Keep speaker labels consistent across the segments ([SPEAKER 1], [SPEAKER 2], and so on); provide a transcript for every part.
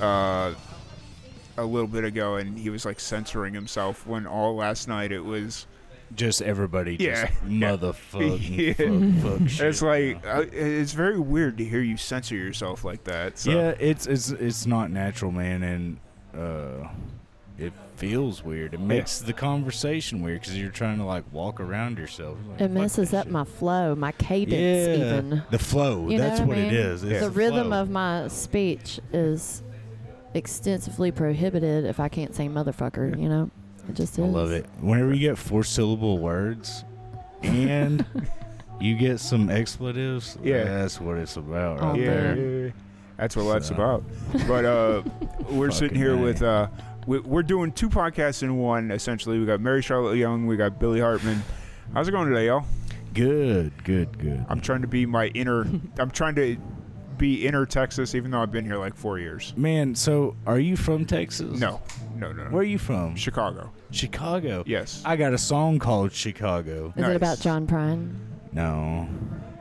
[SPEAKER 1] uh, a little bit ago, and he was like censoring himself when all last night it was.
[SPEAKER 2] Just everybody,
[SPEAKER 1] Yeah.
[SPEAKER 2] just motherfucking
[SPEAKER 1] Yeah.
[SPEAKER 2] fuck, fuck shit.
[SPEAKER 1] It's like uh, it's very weird to hear you censor yourself like that. So.
[SPEAKER 2] yeah, it's it's it's not natural, man, and uh, it feels weird. It makes the conversation weird because you're trying to like walk around yourself. Like,
[SPEAKER 3] It
[SPEAKER 2] fuck
[SPEAKER 3] messes
[SPEAKER 2] that
[SPEAKER 3] up
[SPEAKER 2] shit.
[SPEAKER 3] my flow, my cadence,
[SPEAKER 2] yeah,
[SPEAKER 3] even.
[SPEAKER 2] the flow.
[SPEAKER 3] You know
[SPEAKER 2] that's
[SPEAKER 3] what
[SPEAKER 2] what
[SPEAKER 3] I
[SPEAKER 2] it
[SPEAKER 3] mean?
[SPEAKER 2] is. It's
[SPEAKER 3] the rhythm
[SPEAKER 2] flow.
[SPEAKER 3] of my speech is extensively prohibited if I can't say motherfucker, you know? It just
[SPEAKER 2] I
[SPEAKER 3] is.
[SPEAKER 2] love it. Whenever you get four syllable words and you get some expletives,
[SPEAKER 1] Yeah.
[SPEAKER 2] that's what it's about.
[SPEAKER 3] Oh,
[SPEAKER 2] Right
[SPEAKER 1] yeah,
[SPEAKER 2] there.
[SPEAKER 3] man.
[SPEAKER 1] yeah, yeah. that's what life's
[SPEAKER 2] So.
[SPEAKER 1] about. But uh, we're sitting
[SPEAKER 2] Fucking
[SPEAKER 1] here
[SPEAKER 2] A.
[SPEAKER 1] with uh, we, we're doing two podcasts in one. Essentially, we got Mary Charlotte Young, we got Billy Hartman. How's it going today, y'all?
[SPEAKER 2] Good, good, good.
[SPEAKER 1] I'm trying to be my inner. I'm trying to be inner Texas, even though I've been here like four years.
[SPEAKER 2] Man, so are you from Texas?
[SPEAKER 1] No, no, no. no.
[SPEAKER 2] Where are you from?
[SPEAKER 1] Chicago.
[SPEAKER 2] Chicago.
[SPEAKER 1] Yes.
[SPEAKER 2] I got a song called Chicago.
[SPEAKER 3] Is it about
[SPEAKER 1] Nice.
[SPEAKER 3] John Prine?
[SPEAKER 2] No,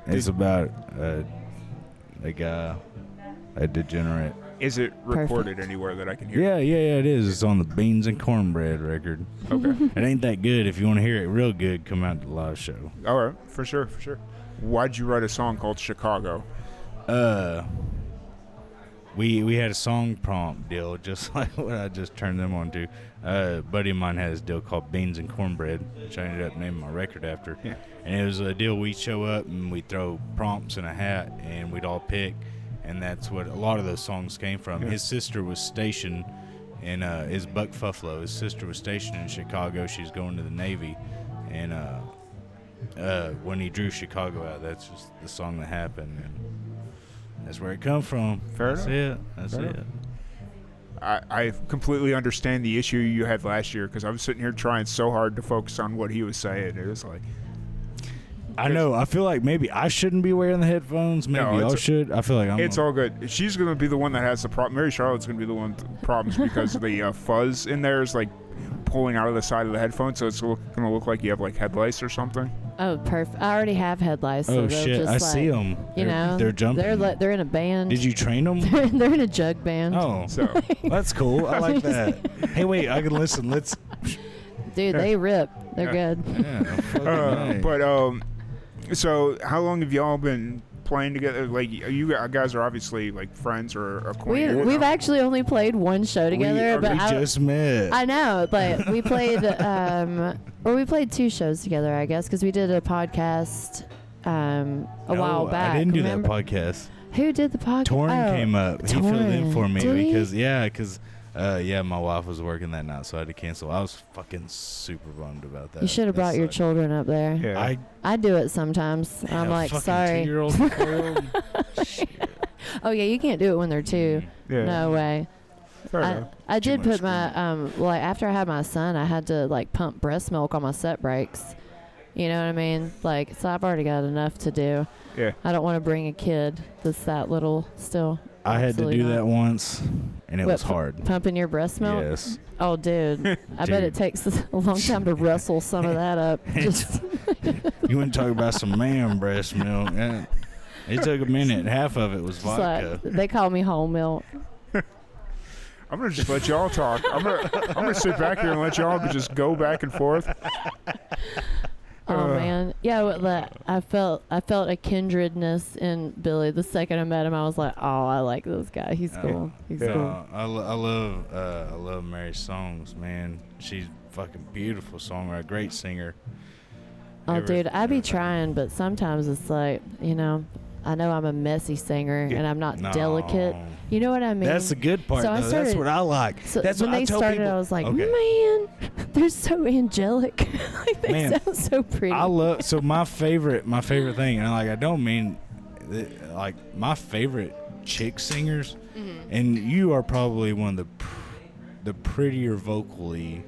[SPEAKER 2] it's about a, a guy, a degenerate.
[SPEAKER 1] Is it
[SPEAKER 3] Perfect.
[SPEAKER 1] recorded anywhere that I can hear?
[SPEAKER 2] Yeah, yeah, yeah, it is. It's on the Beans and Cornbread record.
[SPEAKER 1] Okay.
[SPEAKER 2] It ain't that good. If you want to hear it real good, come out to the live show.
[SPEAKER 1] All right, for sure, for sure. Why'd you write a song called Chicago?
[SPEAKER 2] Uh, we we had a song prompt deal, just like what I just turned them on to. Uh, a buddy of mine had this deal called Beans and Cornbread, which I ended up naming my record after.
[SPEAKER 1] Yeah.
[SPEAKER 2] And it was a deal we'd show up and we'd throw prompts in a hat and we'd all pick. And that's what a lot of those songs came from.
[SPEAKER 1] Yeah.
[SPEAKER 2] His sister was stationed in, uh, is Buck Fuffalo. His sister was stationed in Chicago. She's going to the Navy. And uh, uh, when he drew Chicago out, that's just the song that happened. And that's where it come from.
[SPEAKER 1] Fair
[SPEAKER 2] that's it. That's
[SPEAKER 1] Fair
[SPEAKER 2] it.
[SPEAKER 1] enough. I, I completely understand the issue you had last year because I was sitting here trying so hard to focus on what he was saying. It was like,
[SPEAKER 2] I know. I feel like maybe I shouldn't be wearing the headphones. Maybe
[SPEAKER 1] No, it's-
[SPEAKER 2] y'all should. I feel like I'm. Oh,
[SPEAKER 1] it's all good. She's going to be the one that has the problem. Mary Charlotte's going to be the one with the problems because the uh, fuzz in there is like pulling out of the side of the headphone, so it's look, going to look like you have like head lice or something.
[SPEAKER 3] Oh, perfect. I already have head lice. so
[SPEAKER 2] oh
[SPEAKER 3] they'll
[SPEAKER 2] shit!
[SPEAKER 3] Just
[SPEAKER 2] I
[SPEAKER 3] like,
[SPEAKER 2] see them.
[SPEAKER 3] You
[SPEAKER 2] they're,
[SPEAKER 3] know?
[SPEAKER 2] they're jumping.
[SPEAKER 3] They're, like, they're in a band.
[SPEAKER 2] Did you train them?
[SPEAKER 3] they're, in a jug band.
[SPEAKER 2] oh,
[SPEAKER 1] So,
[SPEAKER 2] that's cool. I like that. hey, wait. I can listen. Let's.
[SPEAKER 3] Dude, they rip. They're good.
[SPEAKER 2] Yeah, fucking
[SPEAKER 1] uh,
[SPEAKER 2] A.
[SPEAKER 1] but um, so how long have y'all been playing together? Like, you guys are obviously like friends or
[SPEAKER 3] We,
[SPEAKER 1] acquainted.
[SPEAKER 3] we've actually only played one show together,
[SPEAKER 1] are-
[SPEAKER 3] but
[SPEAKER 2] we
[SPEAKER 3] I,
[SPEAKER 2] just met.
[SPEAKER 3] I know, but we played, um, or we played two shows together, I guess, because we did a podcast um, a
[SPEAKER 2] No,
[SPEAKER 3] while back.
[SPEAKER 2] Oh, I didn't do
[SPEAKER 3] remember?
[SPEAKER 2] that podcast.
[SPEAKER 3] Who did the podcast? Oh,
[SPEAKER 2] Torn came up. He filled in for me
[SPEAKER 3] Did he?
[SPEAKER 2] because yeah, because uh, yeah, my wife was working that night, so I had to cancel. I was fucking super bummed about that.
[SPEAKER 3] you should have
[SPEAKER 2] That
[SPEAKER 3] brought your
[SPEAKER 2] sucked.
[SPEAKER 3] children up there.
[SPEAKER 1] Yeah.
[SPEAKER 2] I
[SPEAKER 3] I do it sometimes. I'm like, sorry.
[SPEAKER 2] Two-year-old
[SPEAKER 3] Oh yeah, you can't do it when they're two.
[SPEAKER 1] yeah.
[SPEAKER 3] No way.
[SPEAKER 1] Fair
[SPEAKER 3] I,
[SPEAKER 1] enough.
[SPEAKER 3] I
[SPEAKER 2] Too
[SPEAKER 3] did
[SPEAKER 2] much
[SPEAKER 3] put my um like after I had my son, I had to like pump breast milk on my set breaks. You know what I mean? Like, so I've already got enough to do.
[SPEAKER 1] Yeah.
[SPEAKER 3] I don't want to bring a kid that's that little still.
[SPEAKER 2] I had to
[SPEAKER 3] Absolutely
[SPEAKER 2] do
[SPEAKER 3] not.
[SPEAKER 2] that once, and it
[SPEAKER 3] What,
[SPEAKER 2] was hard.
[SPEAKER 3] Pumping your breast milk?
[SPEAKER 2] Yes,
[SPEAKER 3] Oh, dude. I bet
[SPEAKER 2] Dude.
[SPEAKER 3] it takes a long time to wrestle some of that up. Just
[SPEAKER 2] you want to talk about some man breast milk? Yeah. It took a minute. Half of it was
[SPEAKER 3] just
[SPEAKER 2] vodka.
[SPEAKER 3] like, they call me whole milk.
[SPEAKER 1] I'm gonna just let y'all talk. I'm gonna I'm gonna sit back here and let y'all just go back and forth.
[SPEAKER 3] Oh
[SPEAKER 1] Uh.
[SPEAKER 3] man, yeah. What, like, I felt I felt a kindredness in Billy the second I met him. I was like, oh, I like this guy. He's
[SPEAKER 2] Yeah.
[SPEAKER 3] cool. He's
[SPEAKER 1] Yeah.
[SPEAKER 3] cool.
[SPEAKER 2] No, I, lo- I love uh, I love Mary's songs, man. She's fucking beautiful songwriter, great singer.
[SPEAKER 3] Oh,
[SPEAKER 2] Everything-
[SPEAKER 3] dude, I be
[SPEAKER 2] everything.
[SPEAKER 3] trying, but sometimes it's like, you know, I know I'm a messy singer
[SPEAKER 1] Yeah.
[SPEAKER 3] and I'm not
[SPEAKER 2] No.
[SPEAKER 3] delicate. You know what I mean?
[SPEAKER 2] That's the good part.
[SPEAKER 3] so I
[SPEAKER 2] though. That's
[SPEAKER 3] started-
[SPEAKER 2] what I like.
[SPEAKER 3] So
[SPEAKER 2] That's
[SPEAKER 3] when
[SPEAKER 2] what
[SPEAKER 3] they
[SPEAKER 2] I tell
[SPEAKER 3] started,
[SPEAKER 2] people.
[SPEAKER 3] I was like, "Mm,
[SPEAKER 2] Okay.
[SPEAKER 3] man, they're so angelic. like they
[SPEAKER 2] Man,
[SPEAKER 3] sound so pretty.
[SPEAKER 2] I love so my favorite my favorite thing, and like I don't mean th- like my favorite chick singers,
[SPEAKER 3] Mm-hmm.
[SPEAKER 2] and you are probably one of the pr- the prettier vocally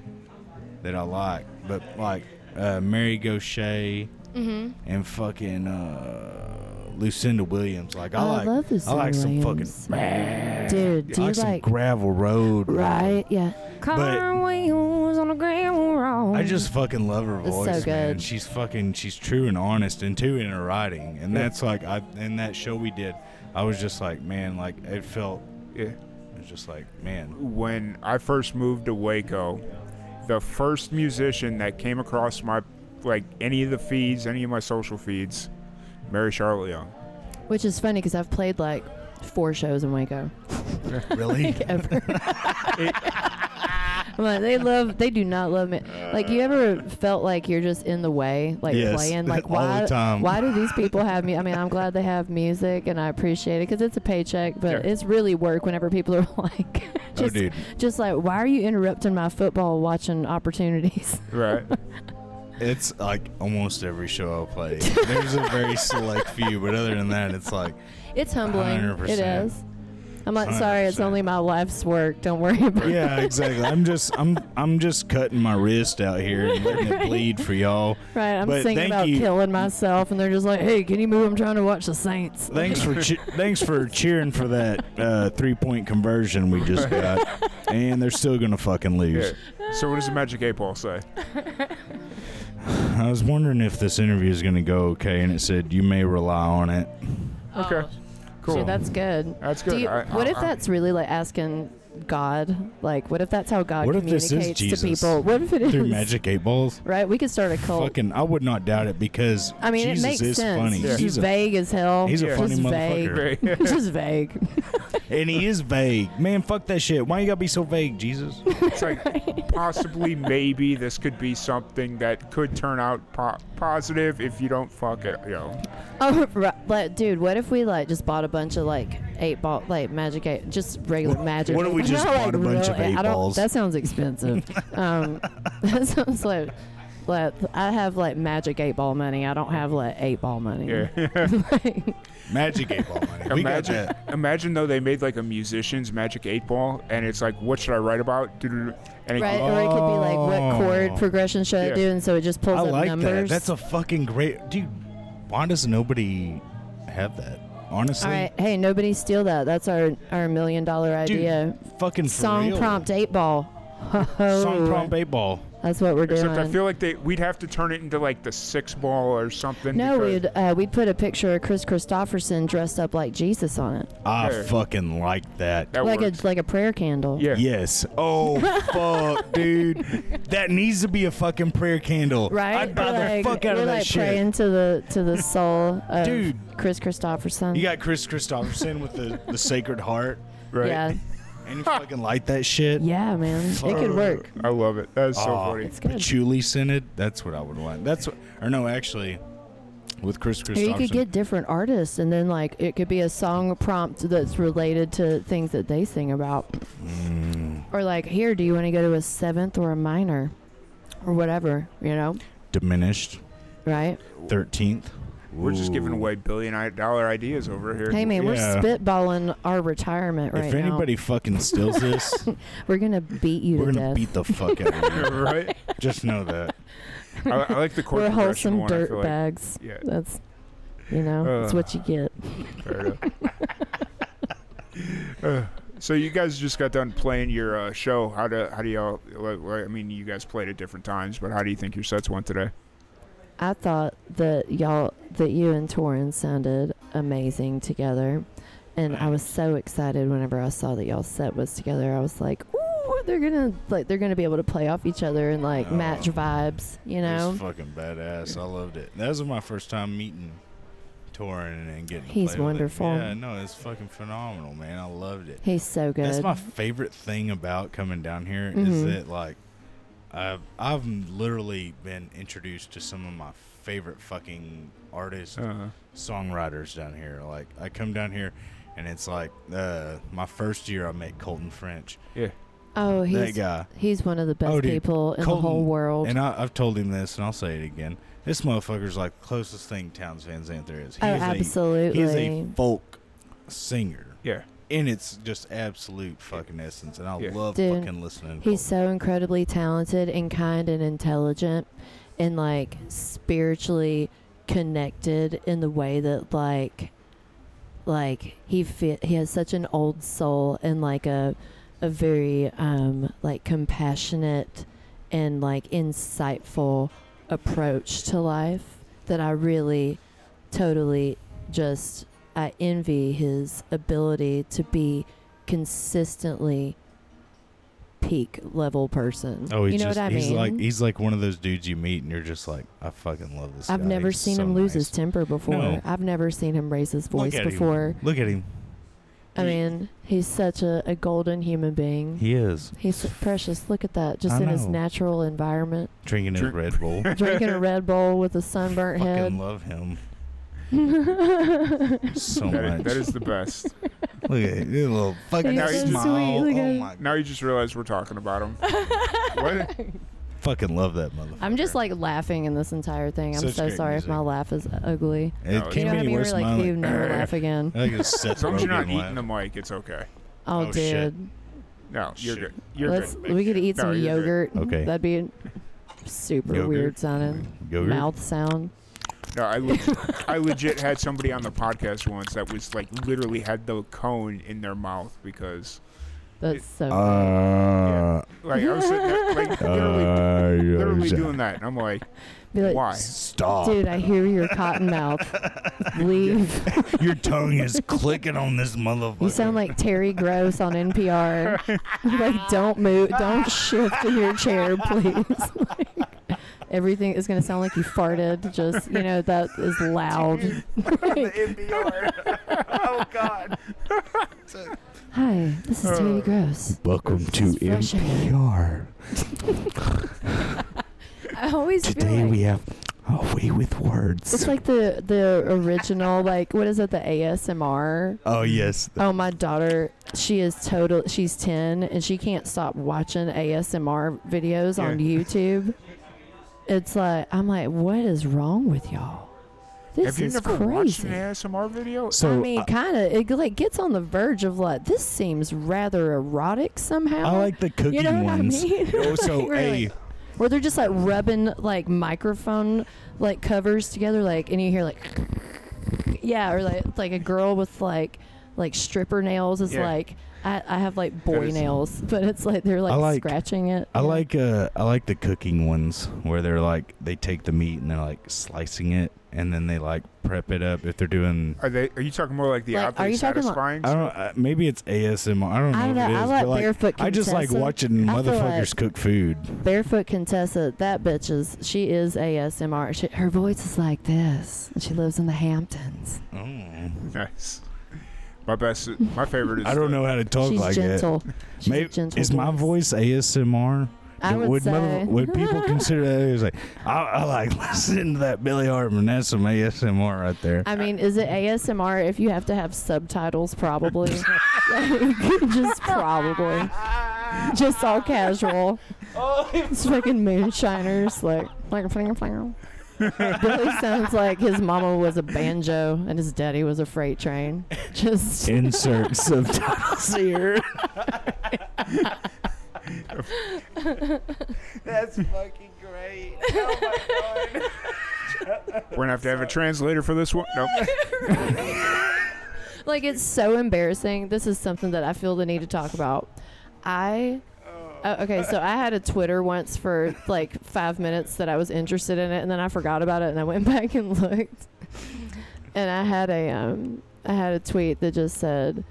[SPEAKER 2] that I like, but like uh, Mary Gaucher
[SPEAKER 3] Mm-hmm.
[SPEAKER 2] and fucking uh, Lucinda Williams. Like I,
[SPEAKER 3] I
[SPEAKER 2] like,
[SPEAKER 3] love Lucinda
[SPEAKER 2] I like
[SPEAKER 3] Williams.
[SPEAKER 2] some fucking
[SPEAKER 3] Dude, do
[SPEAKER 2] I
[SPEAKER 3] you
[SPEAKER 2] like some
[SPEAKER 3] like-
[SPEAKER 2] gravel road,
[SPEAKER 3] Right? Yeah.
[SPEAKER 2] But-
[SPEAKER 3] wheels on a gravel road.
[SPEAKER 2] I just fucking love her
[SPEAKER 3] It's so
[SPEAKER 2] voice, man.
[SPEAKER 3] good.
[SPEAKER 2] She's fucking, she's true and honest, and too in her writing, and that's like, I in that show we did, I was just like, man, like it felt,
[SPEAKER 1] Yeah.
[SPEAKER 2] it was just like, man,
[SPEAKER 1] When I first moved to Waco, the first musician that came across my like any of the feeds, any of my social feeds, Mary Charlotte Young.
[SPEAKER 3] Which is funny because I've played like four shows in Waco.
[SPEAKER 2] really?
[SPEAKER 3] Ever. I'm like, they love. They do not love me. Like, you ever felt like you're just in the way, like
[SPEAKER 2] Yes,
[SPEAKER 3] playing? Like,
[SPEAKER 2] all the
[SPEAKER 3] why?
[SPEAKER 2] time.
[SPEAKER 3] Why do these people have me? I mean, I'm glad they have music, and I appreciate it because it's a paycheck, but
[SPEAKER 1] Sure.
[SPEAKER 3] it's really work whenever people are like,
[SPEAKER 2] Oh,
[SPEAKER 3] just,
[SPEAKER 2] dude.
[SPEAKER 3] just like, why are you interrupting my football watching opportunities?
[SPEAKER 1] Right.
[SPEAKER 2] It's like almost every show I play. There's a very select few, but other than that, it's like,
[SPEAKER 3] It's humbling. It
[SPEAKER 2] 100%.
[SPEAKER 3] is. I'm like, sorry, it's
[SPEAKER 2] 100%.
[SPEAKER 3] only my life's work. Don't worry about it.
[SPEAKER 2] yeah, exactly. I'm just, I'm, I'm just cutting my wrist out here and letting it bleed for y'all.
[SPEAKER 3] Right, I'm
[SPEAKER 2] But
[SPEAKER 3] singing
[SPEAKER 2] thank
[SPEAKER 3] about
[SPEAKER 2] you.
[SPEAKER 3] killing myself, and they're just like, "Hey, can you move? I'm trying to watch the Saints."
[SPEAKER 2] Thanks for che- thanks for cheering for that uh, three point conversion we just got, and they're still gonna fucking
[SPEAKER 1] Yeah.
[SPEAKER 2] lose.
[SPEAKER 1] So what does the Magic Eight Ball say?
[SPEAKER 2] I was wondering if this interview is gonna go okay, and it said you may rely on it.
[SPEAKER 1] Okay. Cool.
[SPEAKER 3] Dude, that's good.
[SPEAKER 1] That's
[SPEAKER 3] Oh. Do
[SPEAKER 1] good.
[SPEAKER 3] you-
[SPEAKER 1] I-
[SPEAKER 3] what
[SPEAKER 1] I-
[SPEAKER 3] if
[SPEAKER 1] I-
[SPEAKER 3] that's really like asking God? Like, what if that's how God
[SPEAKER 2] What if this is
[SPEAKER 3] communicates to
[SPEAKER 2] Jesus?
[SPEAKER 3] people? What if it is
[SPEAKER 2] Through magic eight balls,
[SPEAKER 3] Right, we could start a cult.
[SPEAKER 2] fucking, I would not doubt it because
[SPEAKER 3] Oh. I mean,
[SPEAKER 2] Jesus
[SPEAKER 3] it makes
[SPEAKER 2] is
[SPEAKER 3] sense.
[SPEAKER 2] funny.
[SPEAKER 3] It's
[SPEAKER 2] He's
[SPEAKER 3] Just
[SPEAKER 2] a-
[SPEAKER 3] vague as hell.
[SPEAKER 2] he's a
[SPEAKER 3] Just
[SPEAKER 2] funny
[SPEAKER 3] vague.
[SPEAKER 2] motherfucker.
[SPEAKER 1] Right.
[SPEAKER 3] Just vague.
[SPEAKER 2] and he is vague. Man, fuck that shit. Why you gotta be so vague, Jesus?
[SPEAKER 1] It's like possibly, maybe this could be something that could turn out po- positive if you don't fuck it. You know,
[SPEAKER 3] Oh, right. Like, dude, what if we like just bought a bunch of like eight ball, like magic eight, just regular magic?
[SPEAKER 2] what if we
[SPEAKER 3] eight-
[SPEAKER 2] just
[SPEAKER 3] not,
[SPEAKER 2] bought a bunch
[SPEAKER 3] real
[SPEAKER 2] of
[SPEAKER 3] eight-
[SPEAKER 2] eight
[SPEAKER 3] I don't-
[SPEAKER 2] balls?
[SPEAKER 3] That sounds expensive. um, that sounds like, like I have like magic eight ball money. I don't have like eight ball money.
[SPEAKER 1] yeah.
[SPEAKER 2] Magic eight ball money. We got
[SPEAKER 1] imagine,
[SPEAKER 2] that.
[SPEAKER 1] imagine though they made like a musician's Magic Eight Ball, and it's like, what should I write about? Do-do-do. And it-
[SPEAKER 3] Right, or it could be like what chord
[SPEAKER 2] Oh.
[SPEAKER 3] progression should I
[SPEAKER 1] Yeah.
[SPEAKER 3] do, and so it just pulls
[SPEAKER 2] I
[SPEAKER 3] up
[SPEAKER 2] like that.
[SPEAKER 3] numbers.
[SPEAKER 2] That's a fucking great dude. Why does nobody have that? Honestly,
[SPEAKER 3] all right. Hey, nobody steal that. That's our our million dollar
[SPEAKER 2] dude,
[SPEAKER 3] idea.
[SPEAKER 2] fucking for
[SPEAKER 3] Song
[SPEAKER 2] real.
[SPEAKER 3] prompt eight ball.
[SPEAKER 2] song prompt eight ball.
[SPEAKER 3] That's what we're doing.
[SPEAKER 1] Except I feel like they we'd have to turn it into like the six ball or something.
[SPEAKER 3] No,
[SPEAKER 1] because-
[SPEAKER 3] we'd uh, we'd put a picture of Chris Christopherson dressed up like Jesus on it,
[SPEAKER 2] I
[SPEAKER 1] Sure.
[SPEAKER 2] fucking like that.
[SPEAKER 1] that
[SPEAKER 3] like
[SPEAKER 1] works.
[SPEAKER 3] a like a prayer candle.
[SPEAKER 1] yeah.
[SPEAKER 2] Yes. Oh fuck, dude. That needs to be a fucking prayer candle.
[SPEAKER 3] Right,
[SPEAKER 2] I'd buy
[SPEAKER 3] We're like,
[SPEAKER 2] the fuck out
[SPEAKER 3] we're
[SPEAKER 2] of that
[SPEAKER 3] like
[SPEAKER 2] shit.
[SPEAKER 3] praying to the to the soul of
[SPEAKER 2] Dude.
[SPEAKER 3] Chris Christopherson.
[SPEAKER 2] You got Chris Christopherson with the, the Sacred Heart,
[SPEAKER 1] Right.
[SPEAKER 3] Yeah,
[SPEAKER 2] and you fucking light that shit.
[SPEAKER 3] yeah, man, it could work.
[SPEAKER 1] I love it. That is so
[SPEAKER 2] Aw,
[SPEAKER 1] funny.
[SPEAKER 3] It's good.
[SPEAKER 2] Patchouli scented. That's what I would want. That's what, or no, actually, with Chris
[SPEAKER 3] Or you
[SPEAKER 2] Christopherson.
[SPEAKER 3] could get different artists, and then like it could be a song prompt that's related to things that they sing about,
[SPEAKER 2] Mm,
[SPEAKER 3] or like here, do you want to go to a seventh or a minor, or whatever, you know,
[SPEAKER 2] diminished.
[SPEAKER 3] right?
[SPEAKER 2] Thirteenth.
[SPEAKER 1] We're just giving away billion dollar ideas over here.
[SPEAKER 3] Hey man, we're
[SPEAKER 2] Yeah.
[SPEAKER 3] spitballing our retirement right
[SPEAKER 2] if
[SPEAKER 3] now.
[SPEAKER 2] anybody fucking steals this,
[SPEAKER 3] We're gonna beat you
[SPEAKER 2] we're
[SPEAKER 3] to
[SPEAKER 2] gonna
[SPEAKER 3] death.
[SPEAKER 2] beat the fuck out of you.
[SPEAKER 1] right?
[SPEAKER 2] Just know that.
[SPEAKER 1] I, I like the chord
[SPEAKER 3] we're
[SPEAKER 1] progression
[SPEAKER 3] wholesome
[SPEAKER 1] one. I
[SPEAKER 3] dirt
[SPEAKER 1] feel like.
[SPEAKER 3] bags.
[SPEAKER 1] Yeah.
[SPEAKER 3] That's you know, that's
[SPEAKER 1] Uh.
[SPEAKER 3] what you get.
[SPEAKER 1] Fair enough. Uh, so you guys just got done playing your uh, show. How do how do y'all? Like, like, I mean, you guys played at different times, but how do you think your sets went today?
[SPEAKER 3] I thought that y'all that you and Torin sounded amazing together. And I was so excited whenever I saw that y'all set was together. I was like, "Ooh, they're gonna like they're gonna be able to play off each other and like match
[SPEAKER 2] Oh.
[SPEAKER 3] vibes," you
[SPEAKER 2] It
[SPEAKER 3] know.
[SPEAKER 2] was fucking badass. I loved it. That was my first time meeting Torin and getting. to
[SPEAKER 3] He's
[SPEAKER 2] play with him.
[SPEAKER 3] wonderful.
[SPEAKER 2] Yeah, no, it's fucking phenomenal, man. I loved it.
[SPEAKER 3] He's so good.
[SPEAKER 2] That's my favorite thing about coming down here is
[SPEAKER 3] Mhm.
[SPEAKER 2] that like I've I've literally been introduced to some of my favorite fucking artists,
[SPEAKER 1] Uh,
[SPEAKER 2] songwriters down here. Like I come down here and it's like uh, my first year I met Colton French.
[SPEAKER 1] yeah,
[SPEAKER 3] oh,
[SPEAKER 2] that
[SPEAKER 3] he's
[SPEAKER 2] guy.
[SPEAKER 3] he's one of the best
[SPEAKER 2] Oh, dude.
[SPEAKER 3] people in the
[SPEAKER 2] Colton
[SPEAKER 3] whole world.
[SPEAKER 2] And I, I've told him this, and I'll say it again. This motherfucker's like the closest thing Towns Van Zandt there is. He
[SPEAKER 3] Oh,
[SPEAKER 2] is A,
[SPEAKER 3] absolutely.
[SPEAKER 2] he is a folk singer.
[SPEAKER 1] Yeah.
[SPEAKER 2] And it's just absolute fucking essence. And I
[SPEAKER 1] Yeah.
[SPEAKER 2] love
[SPEAKER 3] Dude,
[SPEAKER 2] fucking listening to
[SPEAKER 3] He's
[SPEAKER 2] folk.
[SPEAKER 3] so incredibly talented and kind and intelligent and like spiritually connected in the way that like like he fit he has such an old soul and like a a very um like compassionate and like insightful approach to life that I really totally just I envy his ability to be consistently peak level person.
[SPEAKER 2] Oh, he's
[SPEAKER 3] you know
[SPEAKER 2] just,
[SPEAKER 3] what I
[SPEAKER 2] he's
[SPEAKER 3] mean?
[SPEAKER 2] like he's like one of those dudes you meet and you're just like, I fucking love this.
[SPEAKER 3] I've
[SPEAKER 2] guy.
[SPEAKER 3] never
[SPEAKER 2] He's
[SPEAKER 3] seen
[SPEAKER 2] so
[SPEAKER 3] him lose
[SPEAKER 2] nice.
[SPEAKER 3] his temper before.
[SPEAKER 2] No.
[SPEAKER 3] I've never seen him raise his voice
[SPEAKER 2] Look at him.
[SPEAKER 3] before.
[SPEAKER 2] Look at him.
[SPEAKER 3] I mean, he's such a, a golden human being.
[SPEAKER 2] He is
[SPEAKER 3] He's precious. Look at that. Just
[SPEAKER 2] I
[SPEAKER 3] in his
[SPEAKER 2] know.
[SPEAKER 3] natural environment.
[SPEAKER 2] drinking his
[SPEAKER 1] Drink-
[SPEAKER 2] Red Bull.
[SPEAKER 3] Drinking a Red Bull with a sunburnt
[SPEAKER 2] fucking
[SPEAKER 3] head.
[SPEAKER 2] love him so
[SPEAKER 1] That is,
[SPEAKER 2] much.
[SPEAKER 1] that is the best.
[SPEAKER 2] Look at his little fucking
[SPEAKER 1] He's so
[SPEAKER 2] smile.
[SPEAKER 3] sweet, look at
[SPEAKER 2] oh
[SPEAKER 3] him.
[SPEAKER 2] my
[SPEAKER 1] Now you just realize we're talking about him. what?
[SPEAKER 2] Fucking love that motherfucker.
[SPEAKER 3] I'm just like laughing in this entire thing. I'm
[SPEAKER 2] Such
[SPEAKER 3] so
[SPEAKER 2] great
[SPEAKER 3] sorry
[SPEAKER 2] music.
[SPEAKER 3] if my laugh is ugly.
[SPEAKER 1] You
[SPEAKER 2] It
[SPEAKER 1] know
[SPEAKER 2] can't
[SPEAKER 3] you know
[SPEAKER 2] be
[SPEAKER 3] what I
[SPEAKER 2] any
[SPEAKER 3] mean? We're
[SPEAKER 2] worse.
[SPEAKER 3] like,
[SPEAKER 2] than
[SPEAKER 3] you
[SPEAKER 2] mine.
[SPEAKER 3] never laugh again.
[SPEAKER 2] I think it's Seth
[SPEAKER 1] As long as you're not
[SPEAKER 2] Rogen laugh.
[SPEAKER 1] eating the mic, it's okay.
[SPEAKER 3] Oh,
[SPEAKER 2] Oh,
[SPEAKER 3] dude.
[SPEAKER 2] shit.
[SPEAKER 1] No, you're
[SPEAKER 2] Shit.
[SPEAKER 1] good. You're
[SPEAKER 3] Let's
[SPEAKER 1] good.
[SPEAKER 3] we could eat
[SPEAKER 1] No,
[SPEAKER 3] some
[SPEAKER 1] you're good.
[SPEAKER 3] yogurt.
[SPEAKER 2] Okay.
[SPEAKER 3] That'd be super
[SPEAKER 2] Yogurt.
[SPEAKER 3] weird sounding.
[SPEAKER 2] Yogurt?
[SPEAKER 3] Mouth sound.
[SPEAKER 1] No, I, leg- I legit had somebody on the podcast once that was like literally had the cone in their mouth because
[SPEAKER 3] That's so
[SPEAKER 1] Yeah.
[SPEAKER 2] Uh,
[SPEAKER 1] like I was sitting there, like literally, literally doing that, and I'm like,
[SPEAKER 3] be like,
[SPEAKER 1] why?
[SPEAKER 2] Stop.
[SPEAKER 3] dude, I hear your cotton mouth. Leave.
[SPEAKER 2] Your tongue is clicking on this motherfucker.
[SPEAKER 3] You sound like Terry Gross on NPR. like, don't move, don't shift in your chair, please. Like, everything is gonna sound like you farted. Just you know that is loud.
[SPEAKER 1] oh God.
[SPEAKER 3] Hi, this is Terry Gross.
[SPEAKER 4] Welcome to
[SPEAKER 3] Fresh air.
[SPEAKER 4] NPR.
[SPEAKER 3] I always
[SPEAKER 4] Today we have a way with
[SPEAKER 3] It's
[SPEAKER 4] words.
[SPEAKER 3] like the the original like what is it the ASMR?
[SPEAKER 4] Oh yes,
[SPEAKER 3] Oh my daughter, she is total. She's ten and she can't stop watching ASMR videos on
[SPEAKER 1] Yeah.
[SPEAKER 3] YouTube. It's like I'm like, what is wrong with y'all? This
[SPEAKER 1] Have you
[SPEAKER 3] is
[SPEAKER 1] never watched
[SPEAKER 3] crazy.
[SPEAKER 1] an ASMR video?
[SPEAKER 3] I
[SPEAKER 4] So,
[SPEAKER 3] mean,
[SPEAKER 4] uh,
[SPEAKER 3] kind of. It like gets on the verge of like this seems rather erotic somehow.
[SPEAKER 4] I like the cooking
[SPEAKER 3] you know what
[SPEAKER 4] ones.
[SPEAKER 3] I mean?
[SPEAKER 2] Oh, so
[SPEAKER 3] We're
[SPEAKER 2] hey,
[SPEAKER 3] like- Where they're just like rubbing like microphone like covers together, like, and you hear like, yeah, or like like a girl with like like stripper nails is
[SPEAKER 1] Yeah.
[SPEAKER 3] like I, I have like boy
[SPEAKER 1] is-
[SPEAKER 3] nails, but it's like they're
[SPEAKER 2] I
[SPEAKER 3] like,
[SPEAKER 2] like-
[SPEAKER 3] scratching it.
[SPEAKER 2] I
[SPEAKER 3] Yeah.
[SPEAKER 2] like uh, I like the cooking ones where they're like they take the meat and they're like slicing it and then they like prep it up if they're doing.
[SPEAKER 1] Are they? Are you talking more like the
[SPEAKER 3] Like, are
[SPEAKER 1] oddly
[SPEAKER 3] you talking about-
[SPEAKER 1] satisfying?
[SPEAKER 2] I don't. Uh, maybe it's ASMR. I don't know.
[SPEAKER 3] I don't
[SPEAKER 2] if
[SPEAKER 3] know,
[SPEAKER 2] It
[SPEAKER 3] I
[SPEAKER 2] is,
[SPEAKER 3] like
[SPEAKER 2] but, like
[SPEAKER 3] Barefoot
[SPEAKER 2] I just like
[SPEAKER 3] Contessa.
[SPEAKER 2] watching
[SPEAKER 3] I feel like-
[SPEAKER 2] motherfuckers cook food.
[SPEAKER 3] Barefoot Contessa. That bitch is she is ASMR. She, her voice is like this. and She lives in the Hamptons.
[SPEAKER 2] Mm.
[SPEAKER 1] Nice. My best. My favorite is.
[SPEAKER 2] I don't
[SPEAKER 1] the-
[SPEAKER 2] know how to talk
[SPEAKER 3] She's
[SPEAKER 2] like
[SPEAKER 3] gentle.
[SPEAKER 2] that.
[SPEAKER 3] She's
[SPEAKER 2] Maybe
[SPEAKER 3] a gentle
[SPEAKER 2] is my voice ASMR?
[SPEAKER 3] I would,
[SPEAKER 2] would,
[SPEAKER 3] say.
[SPEAKER 2] would people consider that? It's like I, I like listening to that Billy Hartman. That's some ASMR right there.
[SPEAKER 3] I mean, is it ASMR if you have to have subtitles? Probably. Like, just probably. Just all casual. It's fucking moonshiners. Like, like, fling, fling. Billy sounds like his mama was a banjo and his daddy was a freight train. Just.
[SPEAKER 2] Insert subtitles here.
[SPEAKER 1] We're gonna have to have a translator for this one. Nope.
[SPEAKER 3] like it's so embarrassing. This is something that I feel the need to talk about. I oh, okay, so I had a Twitter once for like five minutes that I was interested in it, and then I forgot about it, and I went back and looked, and I had a um I had a tweet that just said.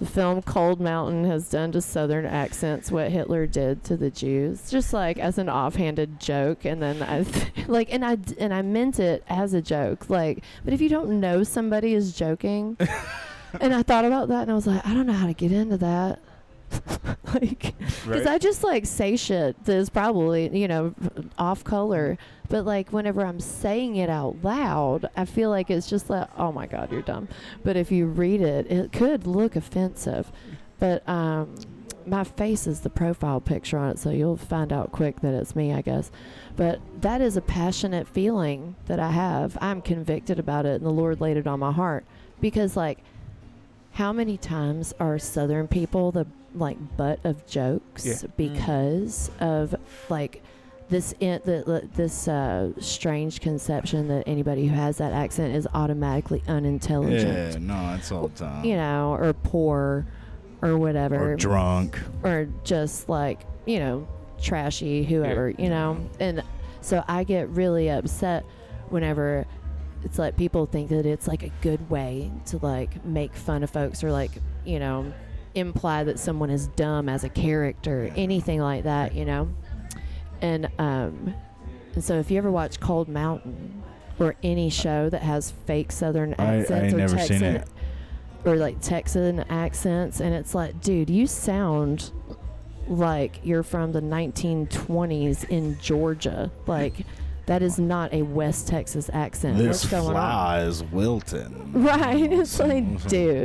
[SPEAKER 3] The film Cold Mountain has done to Southern accents what Hitler did to the Jews, just like as an offhanded joke, and then I like, and I d- and I meant it as a joke, like. But if you don't know somebody is joking, and I thought about that, and I was like, I don't know how to get into that, like, because
[SPEAKER 1] Right.
[SPEAKER 3] I just like say shit that is probably you know off color, but like whenever I'm saying it out loud, I feel like it's just like, oh my god, you're dumb. But if you read it, it could look offensive. But um, my face is the profile picture on it, so you'll find out quick that it's me, I guess. But that is a passionate feeling that I have. I'm convicted about it, and the Lord laid it on my heart because, like, how many times are Southern people the like butt of jokes
[SPEAKER 1] Yeah.
[SPEAKER 3] because of like this in, the, this uh, strange conception that anybody who has that accent is automatically unintelligent
[SPEAKER 2] Yeah, no, it's all the time.
[SPEAKER 3] you know, or poor or whatever,
[SPEAKER 2] or drunk.
[SPEAKER 3] or just like, you know, trashy, whoever, you know.
[SPEAKER 2] Mm-hmm.
[SPEAKER 3] And so I get really upset whenever it's like people think that it's like a good way to like make fun of folks or like, you know, imply that someone is dumb as a character, anything like that, you know. And um and so if you ever watch Cold Mountain or any show that has fake southern
[SPEAKER 2] I- I ain't
[SPEAKER 3] accents or
[SPEAKER 2] never seen
[SPEAKER 3] Texan
[SPEAKER 2] it.
[SPEAKER 3] or like Texan accents and it's like, dude, you sound like you're from the 1920s in Georgia. Like that is not a West Texas accent. What's going on?
[SPEAKER 2] is Wilton.
[SPEAKER 3] Right. It's like,
[SPEAKER 2] Something-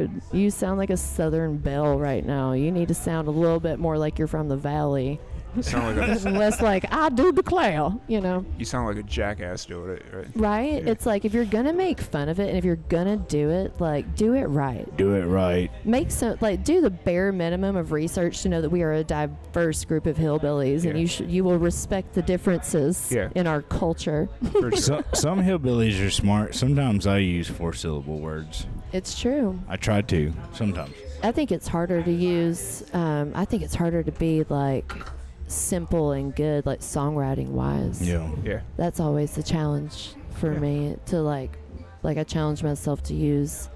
[SPEAKER 3] dude, you sound like a Southern belle right now. You need to sound a little bit more like you're from the Valley.
[SPEAKER 1] You sound like a,
[SPEAKER 3] and less like, I do declare, you know?
[SPEAKER 1] you sound like a jackass doing it, right?
[SPEAKER 3] Right? It's like, if you're going to make fun of it and if you're going to do it, like, do it right.
[SPEAKER 2] Do it right.
[SPEAKER 3] Make some, like, do the bare minimum of research to know that we are a diverse group of hillbillies
[SPEAKER 1] Yeah.
[SPEAKER 3] and you, sh- you will respect the differences
[SPEAKER 1] Yeah.
[SPEAKER 3] in our culture.
[SPEAKER 1] For sure.
[SPEAKER 2] So, some hillbillies are smart. Sometimes I use four syllable words.
[SPEAKER 3] It's true.
[SPEAKER 2] I try to. Sometimes.
[SPEAKER 3] I think it's harder to use. Um, I think it's harder to be like simple and good, like songwriting wise.
[SPEAKER 2] Yeah.
[SPEAKER 1] Yeah.
[SPEAKER 3] That's always the challenge for
[SPEAKER 1] Yeah.
[SPEAKER 3] me to like, like I challenge myself to use